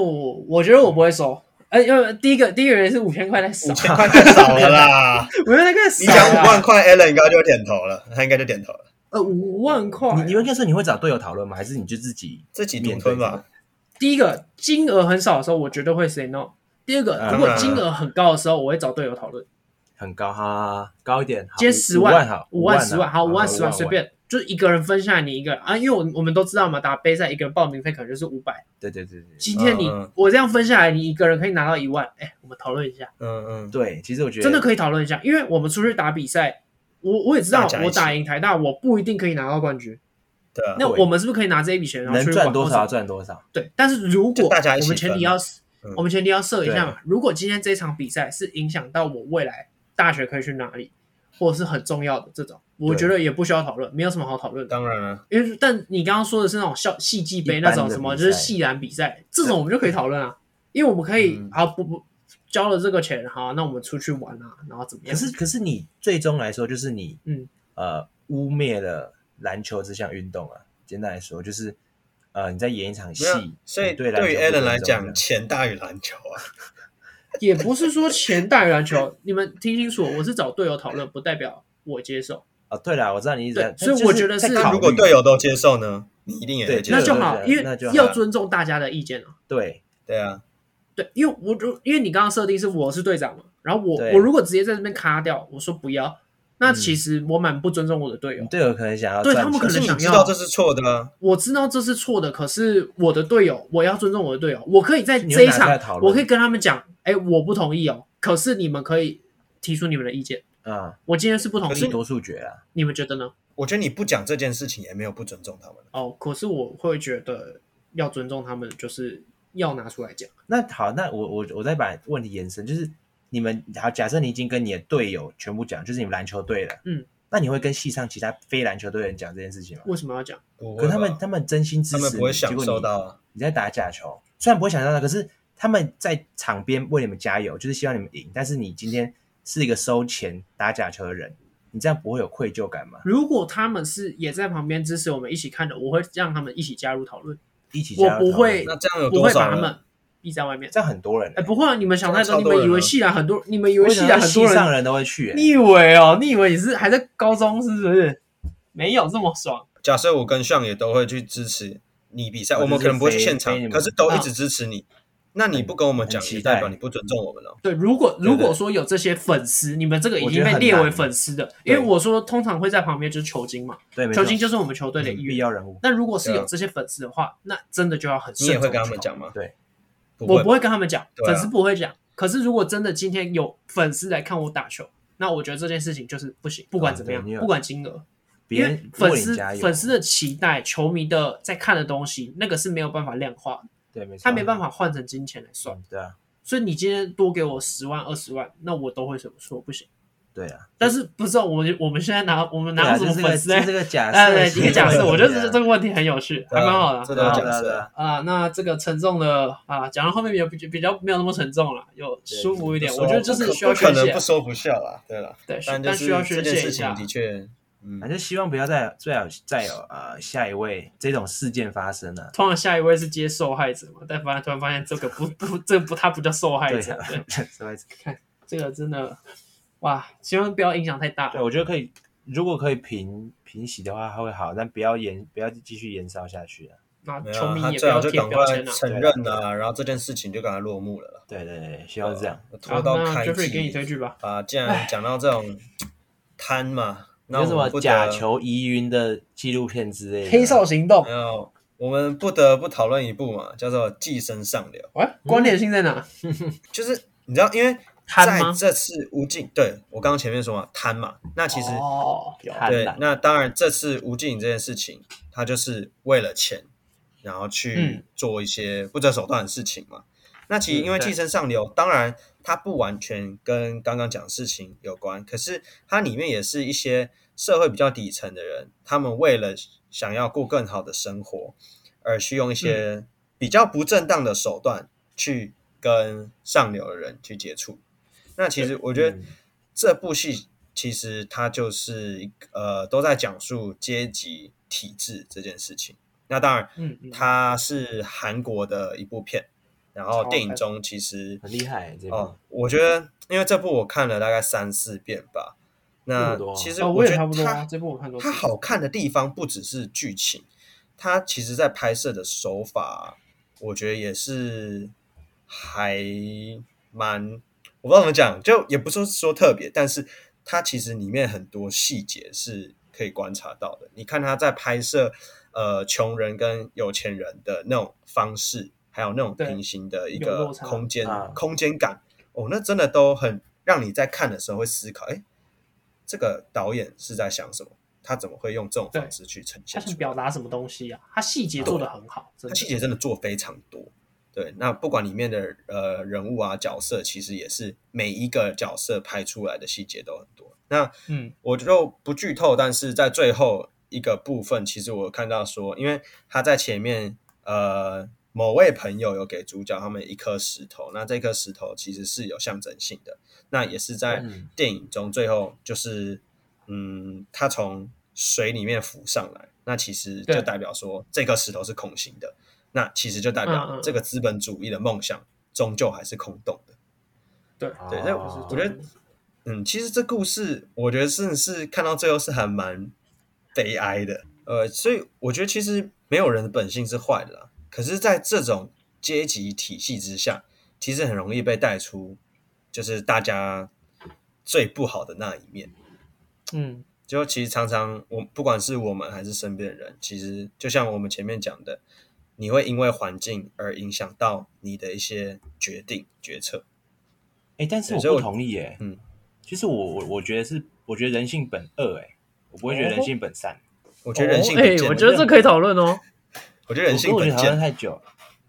我觉得我不会收。哎，因为第一个第一个原因是五千块太少 [laughs]
五，千块太少了啦。
我觉得那个
你
少
讲五万
啊，
块，Alan 应该就点头了，他应该就点头了，
呃，五万块。
你你们应该说你会找队友讨论吗？还是你就自己
自己独
面
吞
对
吧。
第一个金额很少的时候，我绝对会 say no。第二个
嗯，
如果金额很高的时候，我会找队友讨论。
很高哈，高一点，好
今天
五
十
五
万
万好，
五
万
万、
啊
十万，好，五万、十万，
好
随。便，就是一个人分下来，你一个啊，因为我我们都知道嘛，打杯赛一个人报名费可能就是五百。
对对对对，
今天你
嗯嗯
我这样分下来，你一个人可以拿到一万，哎，我们讨论一下。
嗯嗯，
对，其实我觉得
真的可以讨论一下，因为我们出去打比赛，我我也知道
大家一起
我打赢台大，我不一定可以拿到冠军。
对啊。
那我们是不是可以拿这一笔钱，然后
能
出去
赚
玩
多
或
少
者？
赚多少。
对，但是如果
就大家一
我
起
们前
啊
分
提
嘛
要，
嗯
我们前提要设一下嘛。如果今天这场比赛是影响到我未来大学可以去哪里，或者是很重要的这种，我
对
觉得也不需要讨论，没有什么好讨论的。
当然啊了，
因为但你刚刚说的是那种校戏剧杯
一
那
般的
种什么，
比
就
赛
是系篮比赛这种，我们就可以讨论啊，因为我们可以
嗯
好不不交了这个钱，好，那我们出去玩啊，然后怎么
可 [laughs]
样？
是可是你最终来说，就是你
嗯
呃污蔑了篮球这项运动啊。简单来说，就是呃你在演一场戏
没有，所以
你对篮球
对于
不尊
Alan 来
重这
讲，
样
钱大于篮球啊。
也不是说钱大于篮球，你们听清楚，我是找队友讨论，不代表我接受。
哦，对了，我知道你一直在，
对所以
就是
我觉得
在
是
考虑
如果队友都接受呢，你一定也会接
对
那
受
就。好，
对
因为
那就好
要尊重大家的意见啊。
对
对啊，
对，因为我就因为你刚刚设定是我是队长嘛，然后我
对嗯
我如果直接在这边卡掉，我说不要，那其实我蛮不尊重我的队友。
你队友可能想要
对
赚
他们
钱
可能
是你
想
知
要
道这是错的啊。
我知道这是错的，可是我的队友，我要尊重我的队友，我可以在这
你
一
们拿出来
场
讨，论
我可以跟他们讲，哎，我不同意哦，可是你们可以提出你们的意见，
啊，
我今天是不同
可
意
是
的，
多数决啊，
你们觉得呢？
我觉得你不讲这件事情，也没有不尊重他们。
哦，可是我会觉得要尊重他们，就是要拿出来讲。
那好，那我我我再把问题延伸，就是你们好，假设你已经跟你的队友全部讲，就是你们篮球队了，
嗯，
那你会跟系上其他非篮球队的人讲这件事情吗？
为什么要讲？
不
可
会
是
吧
他们他们真心支
他
持
们
你，
不会享
结果
受
你
到啊。
你在打假球，虽然不会想象到，可是他们在场边为你们加油，就是希望你们赢。但是你今天是一个收钱打假球的人，你这样不会有愧疚感吗？
如果他们是也在旁边支持我们一起看的，我会让他们一起加入讨论，
一起加油讨
我不
论
会
那这样有
不
多
会
少
把他
人？
们逼在外面。
这样很多人、欸，
哎，不会啊，你们想太
这样
多，你
超多
们以为
人了
系篮很多，你们以为
我
系
想
篮
说
很多
系上
人，
人都会去、欸，
你以为哦？你以为你是还在高中是不是？没有这么爽。
假设我跟向也都会去支持你比赛，
我
我们
就是
可能不会去
非
现
非你
场，
们
可是都
啊
一直支持你。那你不跟我们讲，
很期
也代表
待
你不尊重我们哦了。
对，如果
对
如果说有这些粉丝，你们这个已
我觉
经
得
被
很
列
难
为粉丝的，因为
对
我说通常会在旁边就是球精嘛，
对，没错
球精就是我们球队的一员
必。要人物，
那如果是
对啊
有这些粉丝的话，那真的就要很慎
你
重。
也会跟他们？讲吗？
对，
不
我
会
不
吧。
会跟他们讲，
对啊
粉丝不会讲。可是如果真的今天有粉丝来看我打球，那我觉得这件事情就是不行，不管怎么样
啊对你，有
不管金额，
别
因为
人
粉
为你
丝
加油
粉丝的期待、球迷的在看的东西，那个是没有办法量化的，
对，没错，
他没办法换成金钱来算。
嗯，对啊，
所以你今天多给我十万、二十万，那我都会说说不行。
对啊，
但是不知道我们我们现在拿我们
对
拿
啊，
什
这
么
是个
粉丝
这
来
是个假
哎，
设
对，
性
一
的问题啊，
个假设，我觉得
对
这
啊
这个问题很有趣，还蛮好的。
这
对
都
啊
是
对
假
啊对
设。
啊，
啊，那这个沉重的啊，讲到后面比较比比较没有那么沉重了，有舒服一点。
不说
我觉得这是
不
需要
不
宣
可能
泄
不，说不笑啦，对啦，
对，
但就
但
是
需要
这
宣
件
泄
事
一下
情。的确，嗯
反，正希望不要再再有再有呃下一位这种事件发生了、
通常下一位是接受害者嘛，但发现突然发现这个不不，这个不，他不叫受害
对
者，
啊
对，
[laughs] 是吧
这个真的哇，希望不要影响太大
对，。我觉得可以，如果可以平平息的话，它会好，但不要延，不要继续延烧下去啊。
那
没
球
有，
迷
他
也不
最好
要
就
贴
赶
标
快
签了。
承认啊，然后这件事情就赶快落幕了啦，
对对对，希望这样。
拖
好
到
那
开
Jeffrey 给你推
季
剧吧。
啊。既然讲到这种贪嘛，那
有什
我
么
们不得
假球疑云的纪录片之
啊
类的？
黑哨行动
没，有，我们不得不讨论一部嘛，叫做《寄生上流》。
喂，关联性在
嗯
哪？
就是你知道，因为
贪
在
吗
这次无尽，对我刚刚前面说嘛，贪嘛，那其实、
哦，有
贪
对
婪，
那当然这次无尽这件事情，他就是为了钱，然后
嗯
去做一些不择手段的事情嘛。那其实因为
嗯对
寄生上流，当然它不完全跟刚刚讲的事情有关，可是它里面也是一些社会比较底层的人，他们为了想要过更好的生活，而去
嗯
用一些比较不正当的手段去跟上流的人去接触。那其实我觉得
嗯
这部戏其实它就是一个呃都在讲述阶级体制这件事情。那当然，
嗯嗯
它是韩国的一部片，然
哦
后电影中其实
很厉害，欸这部、
哦，我觉得因为这部我看了大概三四遍吧。
这么
那
多啊
其实
哦，我也
觉
差不多
得
啊，
它
这部我看多次
它。好看的地方不只是剧情，它其实在拍摄的手法，我觉得也是还蛮，我不知道怎么讲，就也不是说特别，但是它其实里面很多细节是可以观察到的。你看他在拍摄呃穷人跟有钱人的那种方式，还有那种
对
平行的一
有
个
落差
空间
啊
空间感，哦，那真的都很让你在看的时候会思考，哎，这个导演是在想什么？他怎么会用这种方式去呈
他
现出
想
来？
表达什么东西啊？他细节做的很好，真
他
的。
细节真的做非常多。对，那不管里面的呃人物啊角色，其实也是每一个角色拍出来的细节都很多。那
嗯，
我就不剧透，但是在最后一个部分，其实我看到说，因为他在前面呃某位朋友有给主角他们一颗石头，那这颗石头其实是有象征性的，那也是在
嗯
电影中最后就是嗯，他从水里面浮上来，那其实就
对
代表说这颗石头是空心的，那其实就代
嗯嗯
表
嗯
这个资本主义的梦想终究还是空洞的。
对，
对那
哦
我觉得嗯，其实这故事我觉得真的是看到最后是还蛮悲哀的。呃，所以我觉得其实没有人的本性是坏的啦，可是，在这种阶级体系之下，其实很容易被带出就是大家最不好的那一面。
嗯，
就其实常常我不管是我们还是身边的人，其实就像我们前面讲的，你会因为环境而影响到你的一些决定决策。
哎、但是我
对所以
不
我
同意耶。
嗯，
其实我我我觉得是，我觉得人性本恶哎，我不会
哦
觉得人性本善。
我觉得人性
哎
本，贱，
我觉得这可以讨论哦，
我觉得人性
我我觉得
本
好像
贱，
太久了，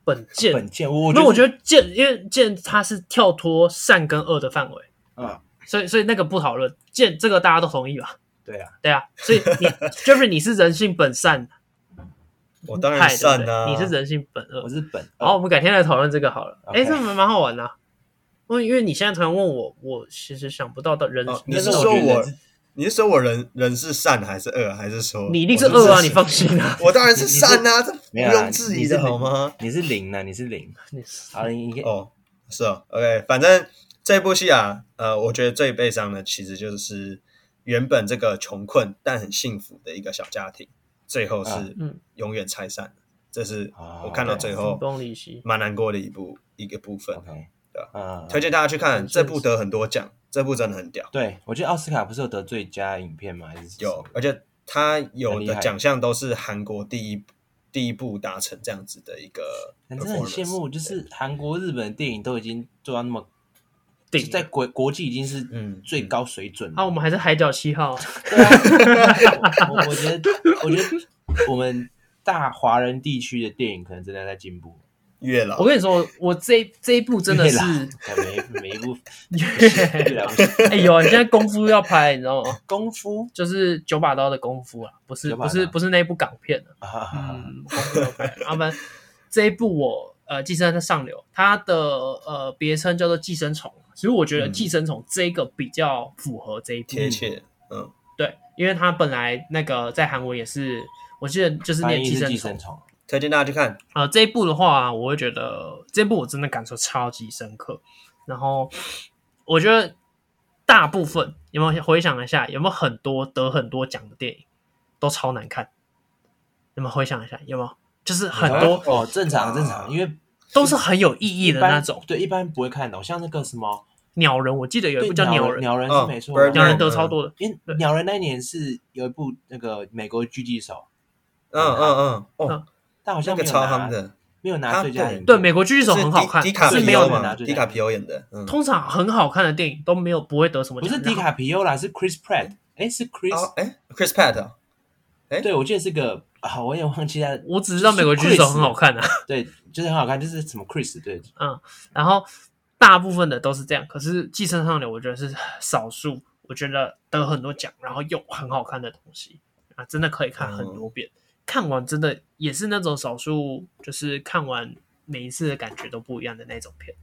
本贱。
本贱。我
没有，我觉
得
得贱，因为贱它是跳脱善跟恶的范围，
嗯，
所以所以那个不讨论。贱这个大家都同意吧？
对啊，
对啊，所以
[laughs]
你 Jeffrey 你是人性本善
我当然
派的，对
善
不
啊，
对你是人性本恶
我。是本
哦
恶。
好，我们改天来讨论这个好了。
OK
哎，这蛮蛮好玩的啊。因为因为你现在突然问我，我其实想不到的人，
哦
但
你是
我
说
觉得
我
人是
你是说我人人是善还是恶，还是说
你一定是
我
恶啊，
人
你放心啊。
我当然是善啊，这不
没有啦
用质疑
你是
的好吗？
你是零呢、你是零。
你
好，你你
哦，是哦，OK，反正这部戏啊，呃，我觉得最悲伤的其实就是原本这个穷困但很幸福的一个小家庭，最后是
嗯
永远拆散的，这是
哦
我看到最
分
后
崩离析。
蛮难过的一部一个部分。
OK，
对啊
嗯，
推荐大家去看
很
这
现
部，
实
得很多奖，这部真的很屌。
对，我记得奥斯卡不是有得最佳影片吗？还是什
有
么，
而且他有
很厉
的
害
奖项都是韩国第一第一部达成这样子的一个 performance，
但真的很羡慕，就是韩国、日本的电影都已经做到那么，
顶
就在国国际已经是
嗯
最高水准了啊
啊，我们还是海角七号，
[laughs] 我我觉得，我觉得我们大华人地区的电影可能真的在进步。
月老
我，跟你说，我这这一部真的是，
看每每一部
哎、
[laughs] 嗯
有你现在功夫要拍，你知道吗？
功夫
就是九把刀的功夫啊，不是
九把
不
刀
是不是那一部港片啊，
啊，
嗯，功夫要拍。他们这一部我呃《寄生在上流》，它的呃别称叫做《寄生虫》，其实我觉得《
嗯
寄生虫》这个比较符合这一部，
贴切，嗯，
对，因为它本来那个在韩文也是，我记得就是
翻
念
译
寄
是
生
寄
虫
生。虫，
推荐大家去看。
呃，这一部的话、我会觉得这一部我真的感受超级深刻。然后我觉得大部分有没有回想一下，有没有很多得很多奖的电影都超难看？有没有回想一下？有没有？就是很多
哦，正常正
啊
常，因为
都是很有意义的
一般
那种
对，一般不会看的。像那个什么，
鸟人，我记得有一
对
部叫鸟
鸟
人，
鸟人是
嗯
没错，
Birdman
鸟人得超多的，
因为鸟人那一年是有一部那个美国狙击手，
嗯嗯嗯，哦，
但好
那
像
个
没有
超夯
拿，
的，
没有拿
他
最佳
对
影片。
对美国狙击手
是
很好
迪
看，
迪卡
是
皮
没
皮
有
欧
欧
人
拿
嘛？
最佳
迪卡
影片
皮欧演的，嗯，
通常很好看的电影都没有不会得什么
不
奖，
是迪
然后
卡皮欧啦，是 Chris Pratt，哎，是
哦
Chris，
哎，Chris Pratt，哦
对我记得是个啊，我也忘记他，
我只知道美国狙击手很好看啊。
对，就是很好看，就是什么 Chris，对，
嗯然后大部分的都是这样，可是《寄生上流》我觉得是少数，我觉得得很多奖，然后又很好看的东西啊，真的可以看
嗯
很多遍，看完真的也是那种少数，就是看完每一次的感觉都不一样的那种片。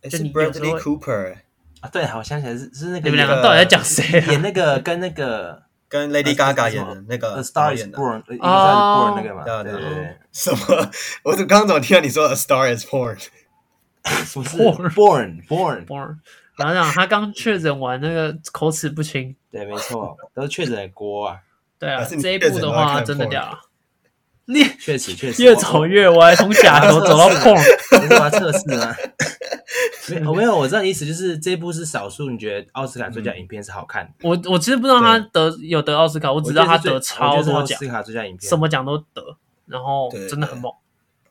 哎
就是你有时候
Bradley Cooper 哎
啊，对，好，我想起来是是那
你
个
们
演
两个
个
到底在讲谁啊？
演那个跟那个
跟 Lady
呃
Gaga
是
演
什
的
么
那
A
个
Star
导
Is
演的
Born，呃 A
哦
Star Is Born 那个嘛，
对啊
对
对啊
对对，
什么？ [laughs] 我怎么刚刚怎么听到你说 A Star Is Born？
什么是
Born
Born Born？
[laughs] Born 然后讲他刚确诊完那个口齿不清，
对，没错，都是确诊的锅啊，
对啊，
还是你
这一部的话
确诊
真
都
的
要看 porn
屌啊！你 [laughs]
确实确实
越走越歪，从假球
[laughs]
走到碰。
我我要测试啊。没哦有没有，我知道你意思就是这部是少数你觉得奥斯卡最
嗯
佳影片是好看的，
我我其实不知道他得有得奥斯卡，我只知道他得超多
我觉得是最
奖
奥斯，卡最佳影片，
什么奖都得，然后
对
真的很猛。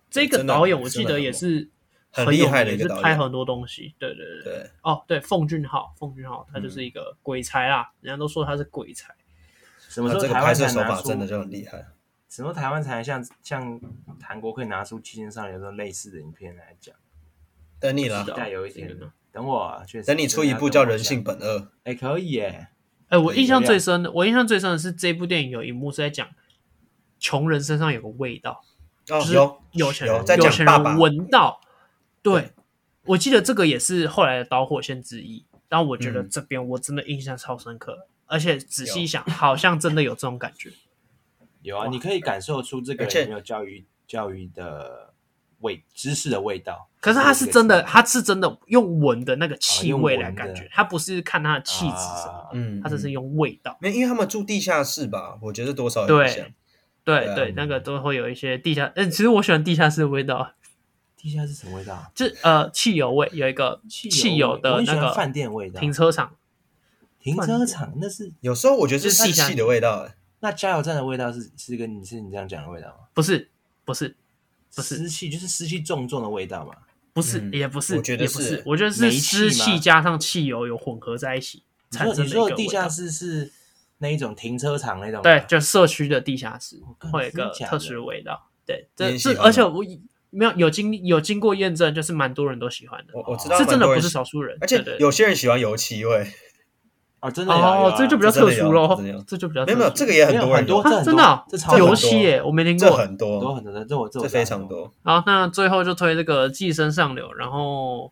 这
对
个
真的
导演
很
我记
真的
得
很
也
猛
是
很
有
厉
名
害的一
也是
个导
拍
演
很多东西。对对对。
对，嗯
哦，对，奉俊昊，奉俊昊他就是一个鬼才啦，人家都说他是鬼才。
什么
他
时候
啊这个
台
拍
湾
摄
才
手
拿
法
出？
真的就很厉害。
什么时候台湾才像像韩国可以拿出《七星上流》这种类似的影片来讲？
等你
是
了
的，
期待有一天
真的，
等我啊确实
等你出一部叫《人性，本恶》，
哎，可以耶，
哎，我
对
印象
有
最
量
深的，我印象最深的是这部电影有一幕是在讲穷人身上有个味道，
哦，
就是
有
有钱
有
人，
在
有
讲
钱
爸
人
爸
闻到。对，我记得这个也是后来的导火线之一。但我觉得
嗯
这边我真的印象超深刻，而且仔细一想，好像真的有这种感觉。
有啊，你可以感受出这个
而且
人有没有教育教育的味知识的味道。
可是他是真的，
这个
他是真的用闻的那个气味来
用闻的
感觉，他不是看他的气质什么
啊
的，
嗯，
他这是
嗯
用味道。
没有，因为他们住地下室吧，我觉得多少有
对
影响。
对
对啊
对，那个都会有一些地下，嗯，其实我喜欢地下室的味道，
地下是什么味道啊？
就是呃汽油味，有一个汽油
味我
的
很喜
那
欢
个
饭店味道，
停车场，
停车场那是
有时候我觉得
就是是地
瘝
下
气的味道，哎
那加油站的味道是是跟你是你这样讲的味道吗？
不是不是不是
湿气，就是湿气重重的味道嘛。
不是，
嗯
也不是，
我觉得
也不
是
是，我觉得是
煤气
湿
吗
气加上汽油有混合在一起
你
产
说
生
你
的一个
说
味
的
道。
地下室是那一种停车场那种吗，
哦
对，就社区的地下室
我靠
会有一个
真假的
特殊的味道。对，
你
这
也
这
喜欢吗
而且我没有有经有经过验证，就是蛮多人都喜欢的，
我我知道
这真的
蛮多
不
人
哦是
喜
少数人，
而
对
且
对
有些人喜欢油
[laughs]
漆味，
哦，真的有有
哦
啊，
这就比较
这真
特
的
殊
有
喽
真的有，
这就比较
没有没有，
特殊
这个也很
没有
多人
很多
有，
这
啊，真的啊
这超
多
油
这
漆
很多
耶，我没听
这
过。
很
很多
多，
很多的，这我这我
这
啊
非常。多。
好，那最后就推这个《寄生上流》，然后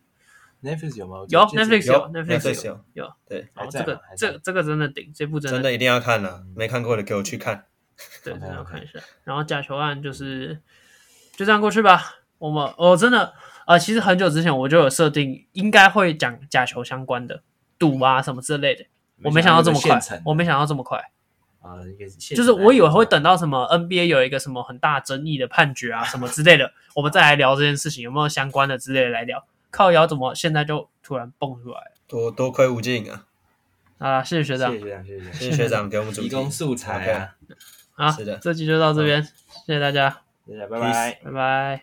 Netflix 有吗？我
有
记得
Netflix
有
有
Netflix
，Netflix
有
有，
对，
还
哦，
在
这
吗
个
还在
这个这个真的顶，这部真的
真的一定要看了，没看过的给我去看。
对，真的要
OK，OK
看一下。哦然后假球案就是就这样过去吧。我们我、真的呃，其实很久之前我就有设定，应该会讲假球相关的赌啊什么之类的。我没想到这么快
现成，
我没想到这么快，
啊，一个现
就是我以为会等到什么 NBA 有一个什么很大争议的判决啊什么之类的，我们再来聊这件事情有没有相关的之类的来聊。靠摇怎么现在就突然蹦出来了
多多亏吴静啊，
啊？谢谢学
成，谢
长
谢学长，谢谢学
谢谢学长给我们
长，
主
提
题
供。素材啊，
啊
是的，
嗯这集就到这边，谢谢大家，
啊大家拜拜。
拜拜。